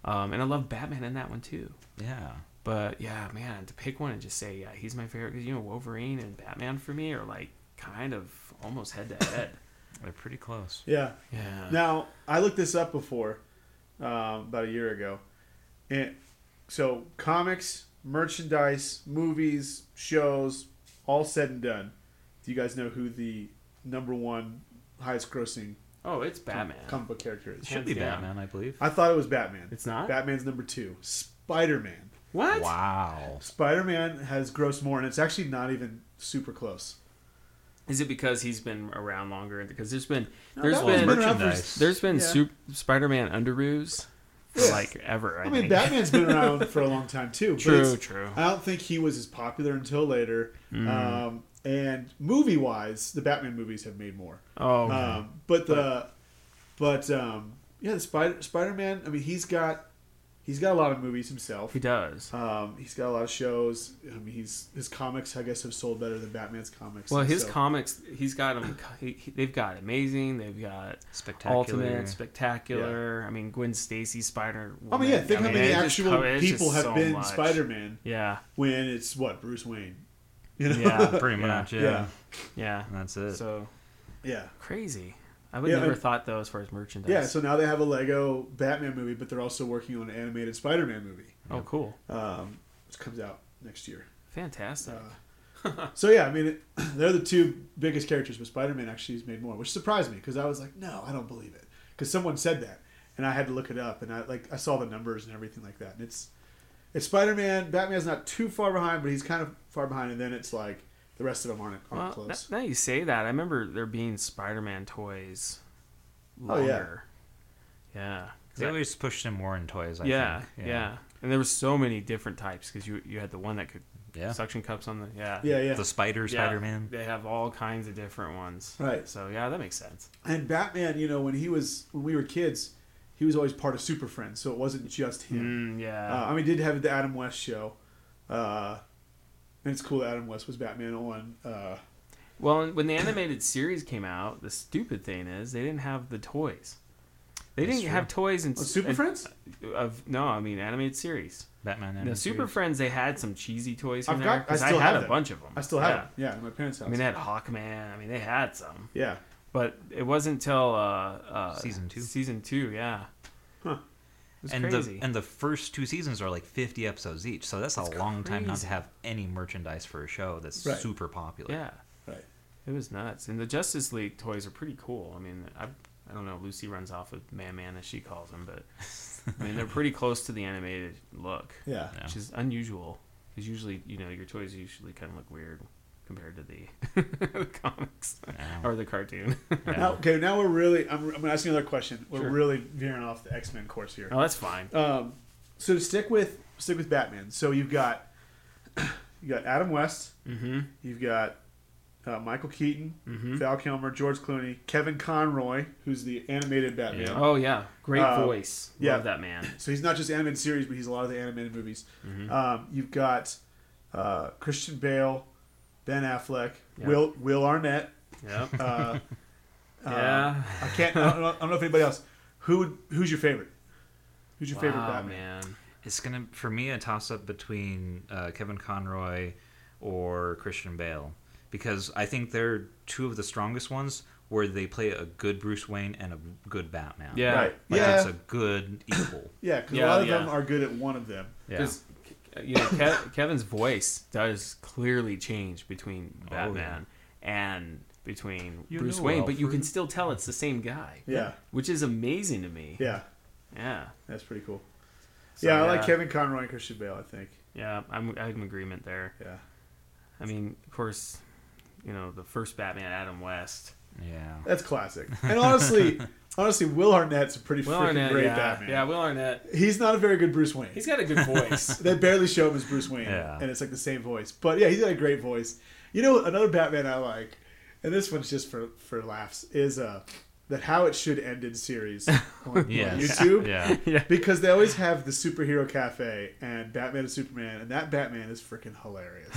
um, and I love Batman in that one too. Yeah. But yeah, man, to pick one and just say, yeah, he's my favorite because you know Wolverine and Batman for me are like kind of almost head to head. They're pretty close. yeah. Yeah. uh, Now I looked this up before, um, about a year ago, and So comics, merchandise, movies, shows, all said and done. Do you guys know who the number one highest grossing Oh, it's Batman. comic book character It is? should be Hands down. Batman, I believe. I thought it was Batman. It's not. Batman's number two. Spider Man. what? Wow. Spider Man has grossed more, and it's actually not even super close. Is it because he's been around longer? Because there's been No, there's that one's been been around for- merchandise. there's been Yeah. Sup- Spider-Man underoos for Yeah. like ever. I, I mean, think. Batman's been around for a long time too. but True, it's- true. I don't think he was as popular until later. Um, and movie wise, the Batman movies have made more. Oh, Um, but the, but um, yeah, the Spider Spider Man. I mean, he's got he's got a lot of movies himself. he does. Um, he's got a lot of shows. I mean, he's his comics. I guess have sold better than Batman's comics. Well, his So- comics, he's got them. He, he- they've got amazing. They've got Spectacular. ultimate, spectacular. I mean, Gwen Stacy, Spider. I mean, Oh, yeah. Think how many it just actual co- it's just people have so been much. Spider Man Yeah, when it's what Bruce Wayne. You know? yeah, Pretty yeah, much, yeah. Yeah. Yeah, And that's it. so yeah. crazy. I would Yeah, never and- thought though, as far as merchandise. Yeah, so now they have a Lego Batman movie, but they're also working on an animated Spider-Man movie, oh, cool, um, which comes out next year. fantastic. Uh, so yeah, I mean, it, they're the two biggest characters, but Spider-Man actually has made more, which surprised me because I was like, no, I don't believe it, because someone said that, and I had to look it up, and I like I saw the numbers and everything like that, and it's it's Spider-Man. Batman's not too far behind, but he's kind of far behind, and then it's like the rest of them aren't, aren't well, close. now now you say that, I remember there being Spider-Man toys. Oh, yeah. Longer. yeah, 'Cause They I- always pushed him more in toys, I yeah, think. yeah, And there were so many different types because you you had the one that could Yeah. suction cups on the yeah yeah, yeah. The Spider Yeah, Spider Man. They have all kinds of different ones. Right. So yeah, that makes sense. And Batman, you know, when he was when we were kids, he was always part of Super Friends, so it wasn't just him. Mm, yeah. Uh, I mean, did have the Adam West show, uh, and it's cool that Adam West was Batman on. Uh, well, and when the animated series came out, the stupid thing is they didn't have the toys. They That's didn't have toys in on Oh, Super in- Friends. Of no, I mean animated series. Batman and The Super Friends, they had some cheesy toys in I've there got- I because I, still had have a them. bunch of them. I still yeah. have it. Yeah, in my parents' house. I mean, they had Hawkman. I mean, they had some, yeah, but it wasn't until uh, uh, Season two. Season two, yeah. Huh. It's and crazy. the and the first two seasons are like 50 episodes each, so that's, That's a long time not crazy. to have any merchandise for a show that's Right. super popular. yeah. right. It was nuts, and the Justice League toys are pretty cool. I mean, I, I don't know. Lucy runs off with Man Man as she calls him, but I mean they're pretty close to the animated look, Yeah, Yeah. which is unusual because usually you know your toys usually kind of look weird compared to the, the comics Yeah. or the cartoon. Yeah. Now, okay, now we're really. I'm, I'm going to ask you another question. We're Sure. really veering off the X Men course here. oh, that's fine. Um, so to stick with stick with Batman. So you've got you got Adam West. Mm-hmm. You've got uh, Michael Keaton, Mhm. Val Kilmer, George Clooney, Kevin Conroy, who's the animated Batman. Yeah. Oh yeah, great Um, voice. yeah. Love that man. So he's not just animated series, but he's a lot of the animated movies. Mm-hmm. Um, you've got uh, Christian Bale, Ben Affleck, Yeah. Will Will Arnett. Yep. Uh, yeah. um, I can't. I don't, know, I don't know if anybody else. Who would, who's your favorite? Who's your favorite Wow, Batman? man. It's gonna for me a toss up between uh, Kevin Conroy or Christian Bale because I think they're two of the strongest ones where they play a good Bruce Wayne and a good Batman. Yeah. Right. like yeah. it's a good equal. yeah. Because Yeah, a lot of yeah. them are good at one of them. yeah, Because you know Kev- Kevin's voice does clearly change between yeah. Batman and between You Bruce know, Wayne, but Oh, you can Alfred. still tell it's the same guy. Yeah. which is amazing to me. Yeah. yeah, That's pretty cool. So, yeah, I like yeah. Kevin Conroy and Christian Bale. I think. yeah. I'm I'm in agreement there. Yeah. I mean, of course, you know the first Batman, Adam West. yeah. That's classic. And honestly, honestly, Will Arnett's a pretty Will freaking Arnett, great yeah, Batman. yeah. Will Arnett, He's not a very good Bruce Wayne. he's got a good voice. they barely show him as Bruce Wayne, Yeah. and it's like the same voice. But yeah, he's got a great voice. You know, another Batman I like, and this one's just for for laughs, is uh that How It Should Ended series on, Yes. on YouTube. Yeah. yeah, Because they always have the superhero cafe and Batman and Superman, and that Batman is freaking hilarious.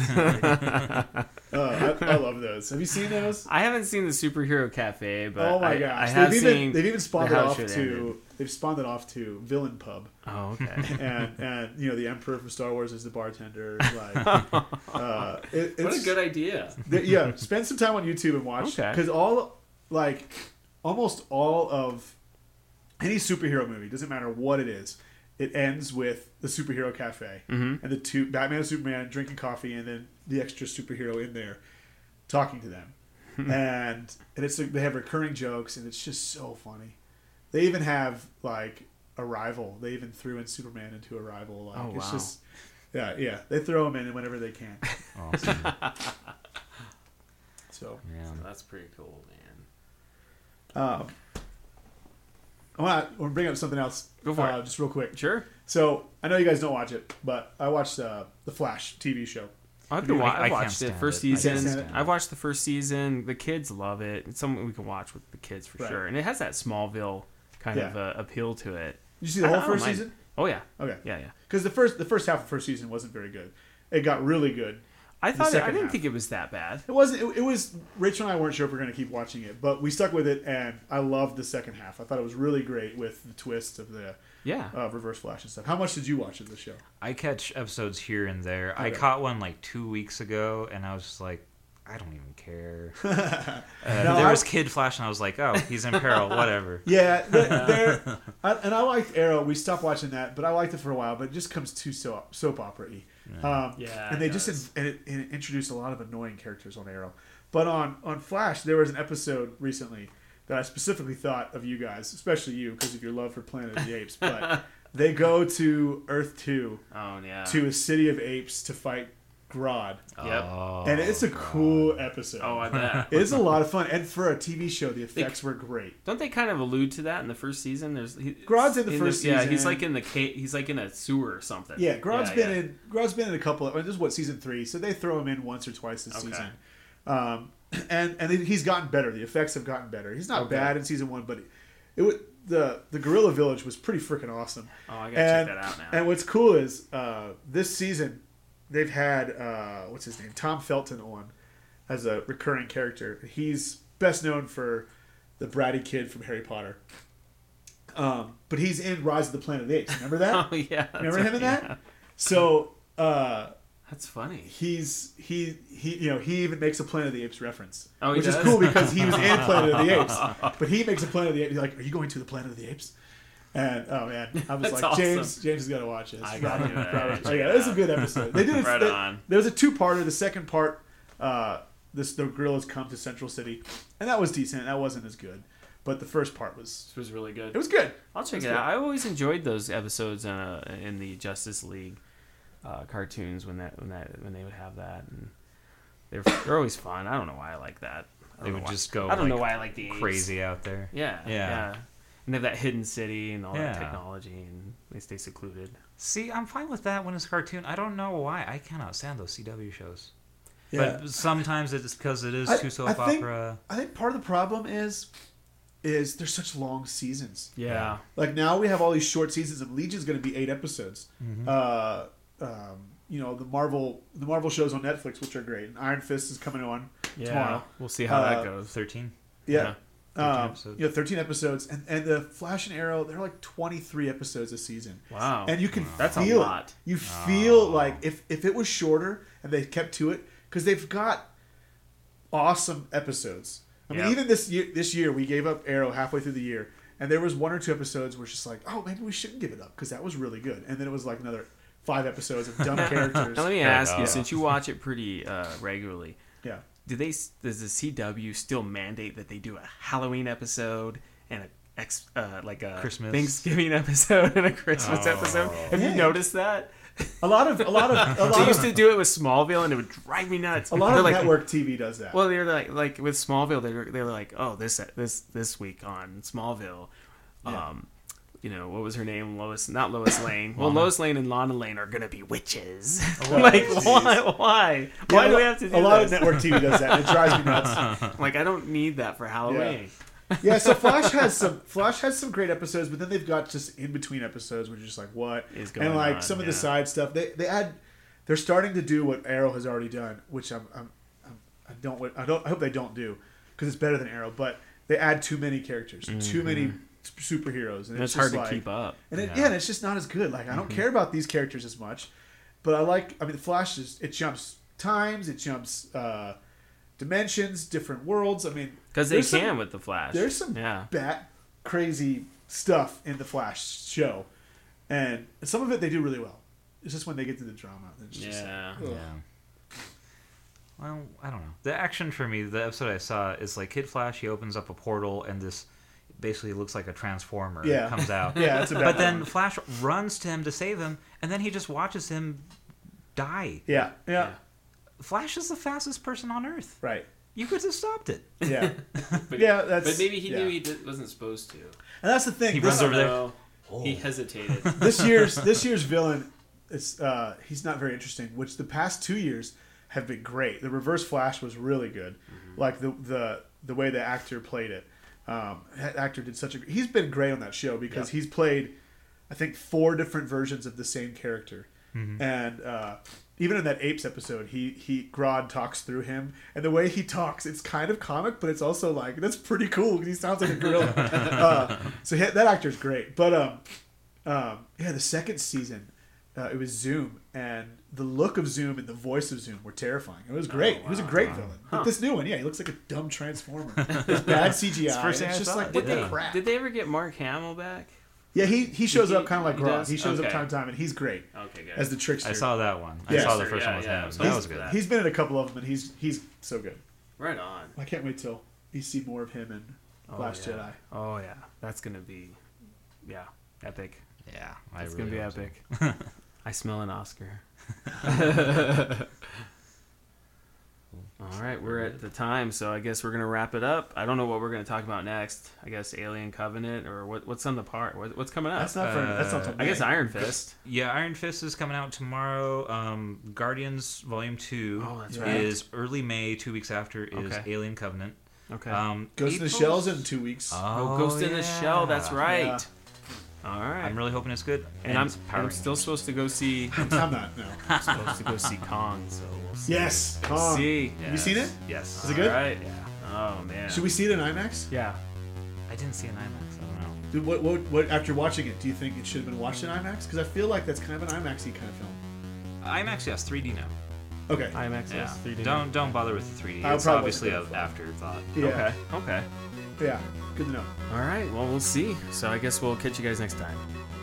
oh, I, I love those. Have you seen those? I haven't seen the superhero cafe, but oh my I, gosh! I have they've, seen. even, they've even spawned the it How It off Should to they've spawned it off to Villain Pub oh okay. and and you know the emperor from Star Wars is the bartender. Like, uh, it, it's, what a good idea. th- yeah. Spend some time on YouTube and watch Okay. because all like almost all of any superhero movie doesn't matter what it is it ends with the superhero cafe Mhm. and the two Batman and Superman drinking coffee, and then the extra superhero in there talking to them, Hmm. and and it's like they have recurring jokes, and it's just so funny. They even have like a rival. They even threw in Superman into a rival. Like Oh, it's wow. just yeah, yeah. They throw him in whenever they can. Awesome. So yeah. So that's pretty cool, man. um, I want to bring up something else. Go for uh, Just real quick. Sure. So I know you guys don't watch it, but I watched uh, the Flash TV show. I've I- been wa- I I've can't watched it stand first it. I can't season. stand it. I've watched the first season. The kids love it. It's something we can watch with the kids for Right. sure. And it has that Smallville kind Yeah. of uh, appeal to it. Did you see the I whole don't first mind. season? Oh yeah, Okay, yeah, yeah. because the first the first half of the first season wasn't very good. It got really good. I thought it, I second didn't half. think it was that bad. It wasn't. It, it was Rachel and I weren't sure if we are going to keep watching it, but we stuck with it, and I loved the second half. I thought it was really great with the twist of the Yeah. uh, Reverse Flash and stuff. How much did you watch of the show? I catch episodes here and there. I Okay. caught one like two weeks ago, and I was just like, I don't even care. Uh, No, there I- was Kid Flash, and I was like, oh, he's in peril, whatever. Yeah, th- there. I, and I liked Arrow. We stopped watching that, but I liked it for a while. But it just comes too soap soap opera y. Um, Yeah, and they it just does. in, and it, and it introduced a lot of annoying characters on Arrow. But on on Flash, there was an episode recently that I specifically thought of you guys, especially you, because of your love for Planet of the Apes. But they go to Earth Two oh yeah. to a city of apes to fight Grodd, Yep. Oh, and it's a God. cool episode. Oh, I bet. it's a lot of fun, and for a TV show, the effects were great. Don't they kind of allude to that in the first season? There's he, Grodd's in the first Yeah, he's season. like in the ca- he's like in a sewer or something. Yeah, Grodd's has been in Grodd's been in a couple. Of, this is what season three, so they throw him in once or twice this Okay. season. Um, and and he's gotten better. The effects have gotten better. He's not Okay. bad in season one, but it, it wa- the the Gorilla Village was pretty freaking awesome. Oh, I gotta and, check that out now. And what's cool is uh, this season they've had uh, what's his name Tom Felton on as a recurring character. He's best known for the bratty kid from Harry Potter. Um, but he's in Rise of the Planet of the Apes. Remember that? Oh yeah. that's Remember him in right, that? yeah. So uh, That's funny. he's he he you know he even makes a Planet of the Apes reference, Oh, he which is does? cool because he was in Planet of the Apes, but he makes a Planet of the Apes. He's like, "Are you going to the Planet of the Apes?" And oh man, I was That's like, awesome. "James, James has got to watch this." I gotta do it. I gotta oh, check yeah, it that's a out. good episode. They did. Right they- on. There was a two-parter. The second part, uh, this the gorillas come to Central City, and that was decent. That wasn't as good, but the first part was This was really good. it was good. I'll check That's it out. I always enjoyed those episodes in, uh, in the Justice League uh, cartoons when that when that when they would have that, and they're they're always fun. I don't know why I like that. I don't They know would why- just go, I don't know like, why I like the apes. Crazy out there. Yeah, Yeah. yeah, And they have that hidden city and all that Yeah. technology, and they stay secluded. See, I'm fine with that when it's a cartoon. I don't know why. I cannot stand those CW shows. Yeah. But sometimes it's because it is I- too soap I think- opera. I think part of the problem is, is there's such long seasons. Yeah, Like now we have all these short seasons of Legion's going to be eight episodes. Uh, um, you know the Marvel the Marvel shows on Netflix, which are great. And Iron Fist is coming on yeah. tomorrow. We'll see how Uh, that goes. 13. Yeah. yeah. 13 Um, episodes. you know, 13 episodes, and, and the Flash and Arrow, they're like 23 episodes a season. Wow. And you can That's a feel lot. Ah. It. You feel like if, if it was shorter and they kept to it, because they've got awesome episodes. I mean, Yep. even this year, this year we gave up Arrow halfway through the year, and there was one or two episodes where it's just like, oh, maybe we shouldn't give it up because that was really good, and then it was like another five episodes of dumb characters. Now let me Yeah, ask yeah. you, since you watch it pretty uh, regularly, yeah. do they does the CW still mandate that they do a Halloween episode and a ex, uh, like a Christmas. Thanksgiving episode and a Christmas Oh. episode? Have Yeah. you noticed that? A lot of a lot of a They lot used of to do it with Smallville and it would drive me nuts. a lot They're of like, network TV does that. Well, they were like like with Smallville, they were they were like, oh, this this this week on Smallville, Yeah. um, you know what was her name? Lois, not Lois Lane. well, Lois Lane and Lana Lane are gonna be witches. like geez. why why Yeah, why a do we lo- have to do a lot this? of network TV does that. It drives me nuts. like I don't need that for Halloween. yeah, so Flash has some Flash has some great episodes, but then they've got just in between episodes where you're just like, what Is going And like on, some of yeah. the side stuff, they they add, they're starting to do what Arrow has already done, which I'm, I'm, I'm I don't wa- I don't I hope they don't do because it's better than Arrow, but they add too many characters, too many s- superheroes, and And it's it's, Mm-hmm. hard just to like- keep up. And it, yeah. Yeah. and it's just not as good. Like I don't care about these characters as much, but I like. I mean, the Flash is it jumps times, it jumps uh, dimensions, different worlds. I mean, Because they there's some- can with the Flash. there's some yeah. bat crazy stuff in the Flash show and some of it they do really well. It's just when they get to the drama. It's just Yeah. Ugh. Yeah. Well, I don't know. The action for me, the episode I saw is like Kid Flash. He opens up a portal and this basically looks like a transformer Yeah. comes out. yeah, it's a bad But then one. Flash runs to him to save him, and then he just watches him die. yeah, yeah, Flash is the fastest person on Earth. right, You could have stopped it. yeah, But, yeah. That's But maybe he yeah. knew he did, wasn't supposed to. Oh. And that's the thing. He this, runs over there. No, He hesitated. this year's this year's villain, it's uh, he's not very interesting. Which the past two years have been great. The Reverse Flash was really good. Like the the the way the actor played it. Um, that actor did such a. He's been great on that show because he's played, I think, four different versions of the same character. And uh, even in that apes episode, he he Grodd talks through him, and the way he talks, it's kind of comic, but it's also like that's pretty cool because he sounds like a gorilla. uh, so he, that actor's great, but um, um, yeah, the second season, uh, it was Zoom, and the look of Zoom and the voice of Zoom were terrifying. It was great. It was a great villain. But this new one, yeah, he looks like a dumb transformer. it's bad CGI. It's the first thing and it's I just thought, like what yeah. the crap. Did they ever get Mark Hamill back? yeah, he he shows He- up kind of like he Grodd. does? He, shows up Okay. time and time, and he's great Oh, Okay, good. as the trickster. I saw that one. I Yeah. saw the first one with Yeah, yeah, him. I'm That sorry. was good. He's- He's been in a couple of them, and he's he's so good. right on. I can't wait till you see more of him in Oh, Last yeah. Jedi. Oh yeah, that's gonna be, yeah, epic. Yeah, I That's really gonna be hope so. epic. I smell an Oscar. All right, we're at the time, so I guess we're gonna wrap it up. I don't know what we're gonna talk about next. I guess Alien Covenant or what? What's on the part? What, what's coming up? That's not for that's not. Uh, Till I guess May. Iron Fist. Yeah, Iron Fist is coming out tomorrow. Um, Guardians Volume Two Oh, that's right. is early May. Two weeks after is Okay. Alien Covenant. Okay. Um, Ghost in the April's- Shell's in two weeks. Oh, oh, Ghost in the yeah. Shell. That's right. Yeah. All right. I'm really hoping it's good. and I'm, Power I'm Rangers. still supposed to go see. I'm I'm not. No. supposed to go see Kong, so we'll see. Yes. Kong. See. Have you seen it? Yes. Uh, Is it good? All right. Yeah. Oh man. Should we see it in IMAX? Yeah. I didn't see an IMAX. I don't know. Dude, what, what, what, after watching it, do you think it should have been watched in IMAX? Because I feel like that's kind of an IMAXy kind of film. IMAX, yes, 3D now. Okay. IMAX Yeah. 3D. Don't don't bother with the 3D. I'll it's probably obviously look an it up. afterthought. Yeah. Okay. Okay. Yeah. Good to know. All right. Well, we'll see. So I guess we'll catch you guys next time.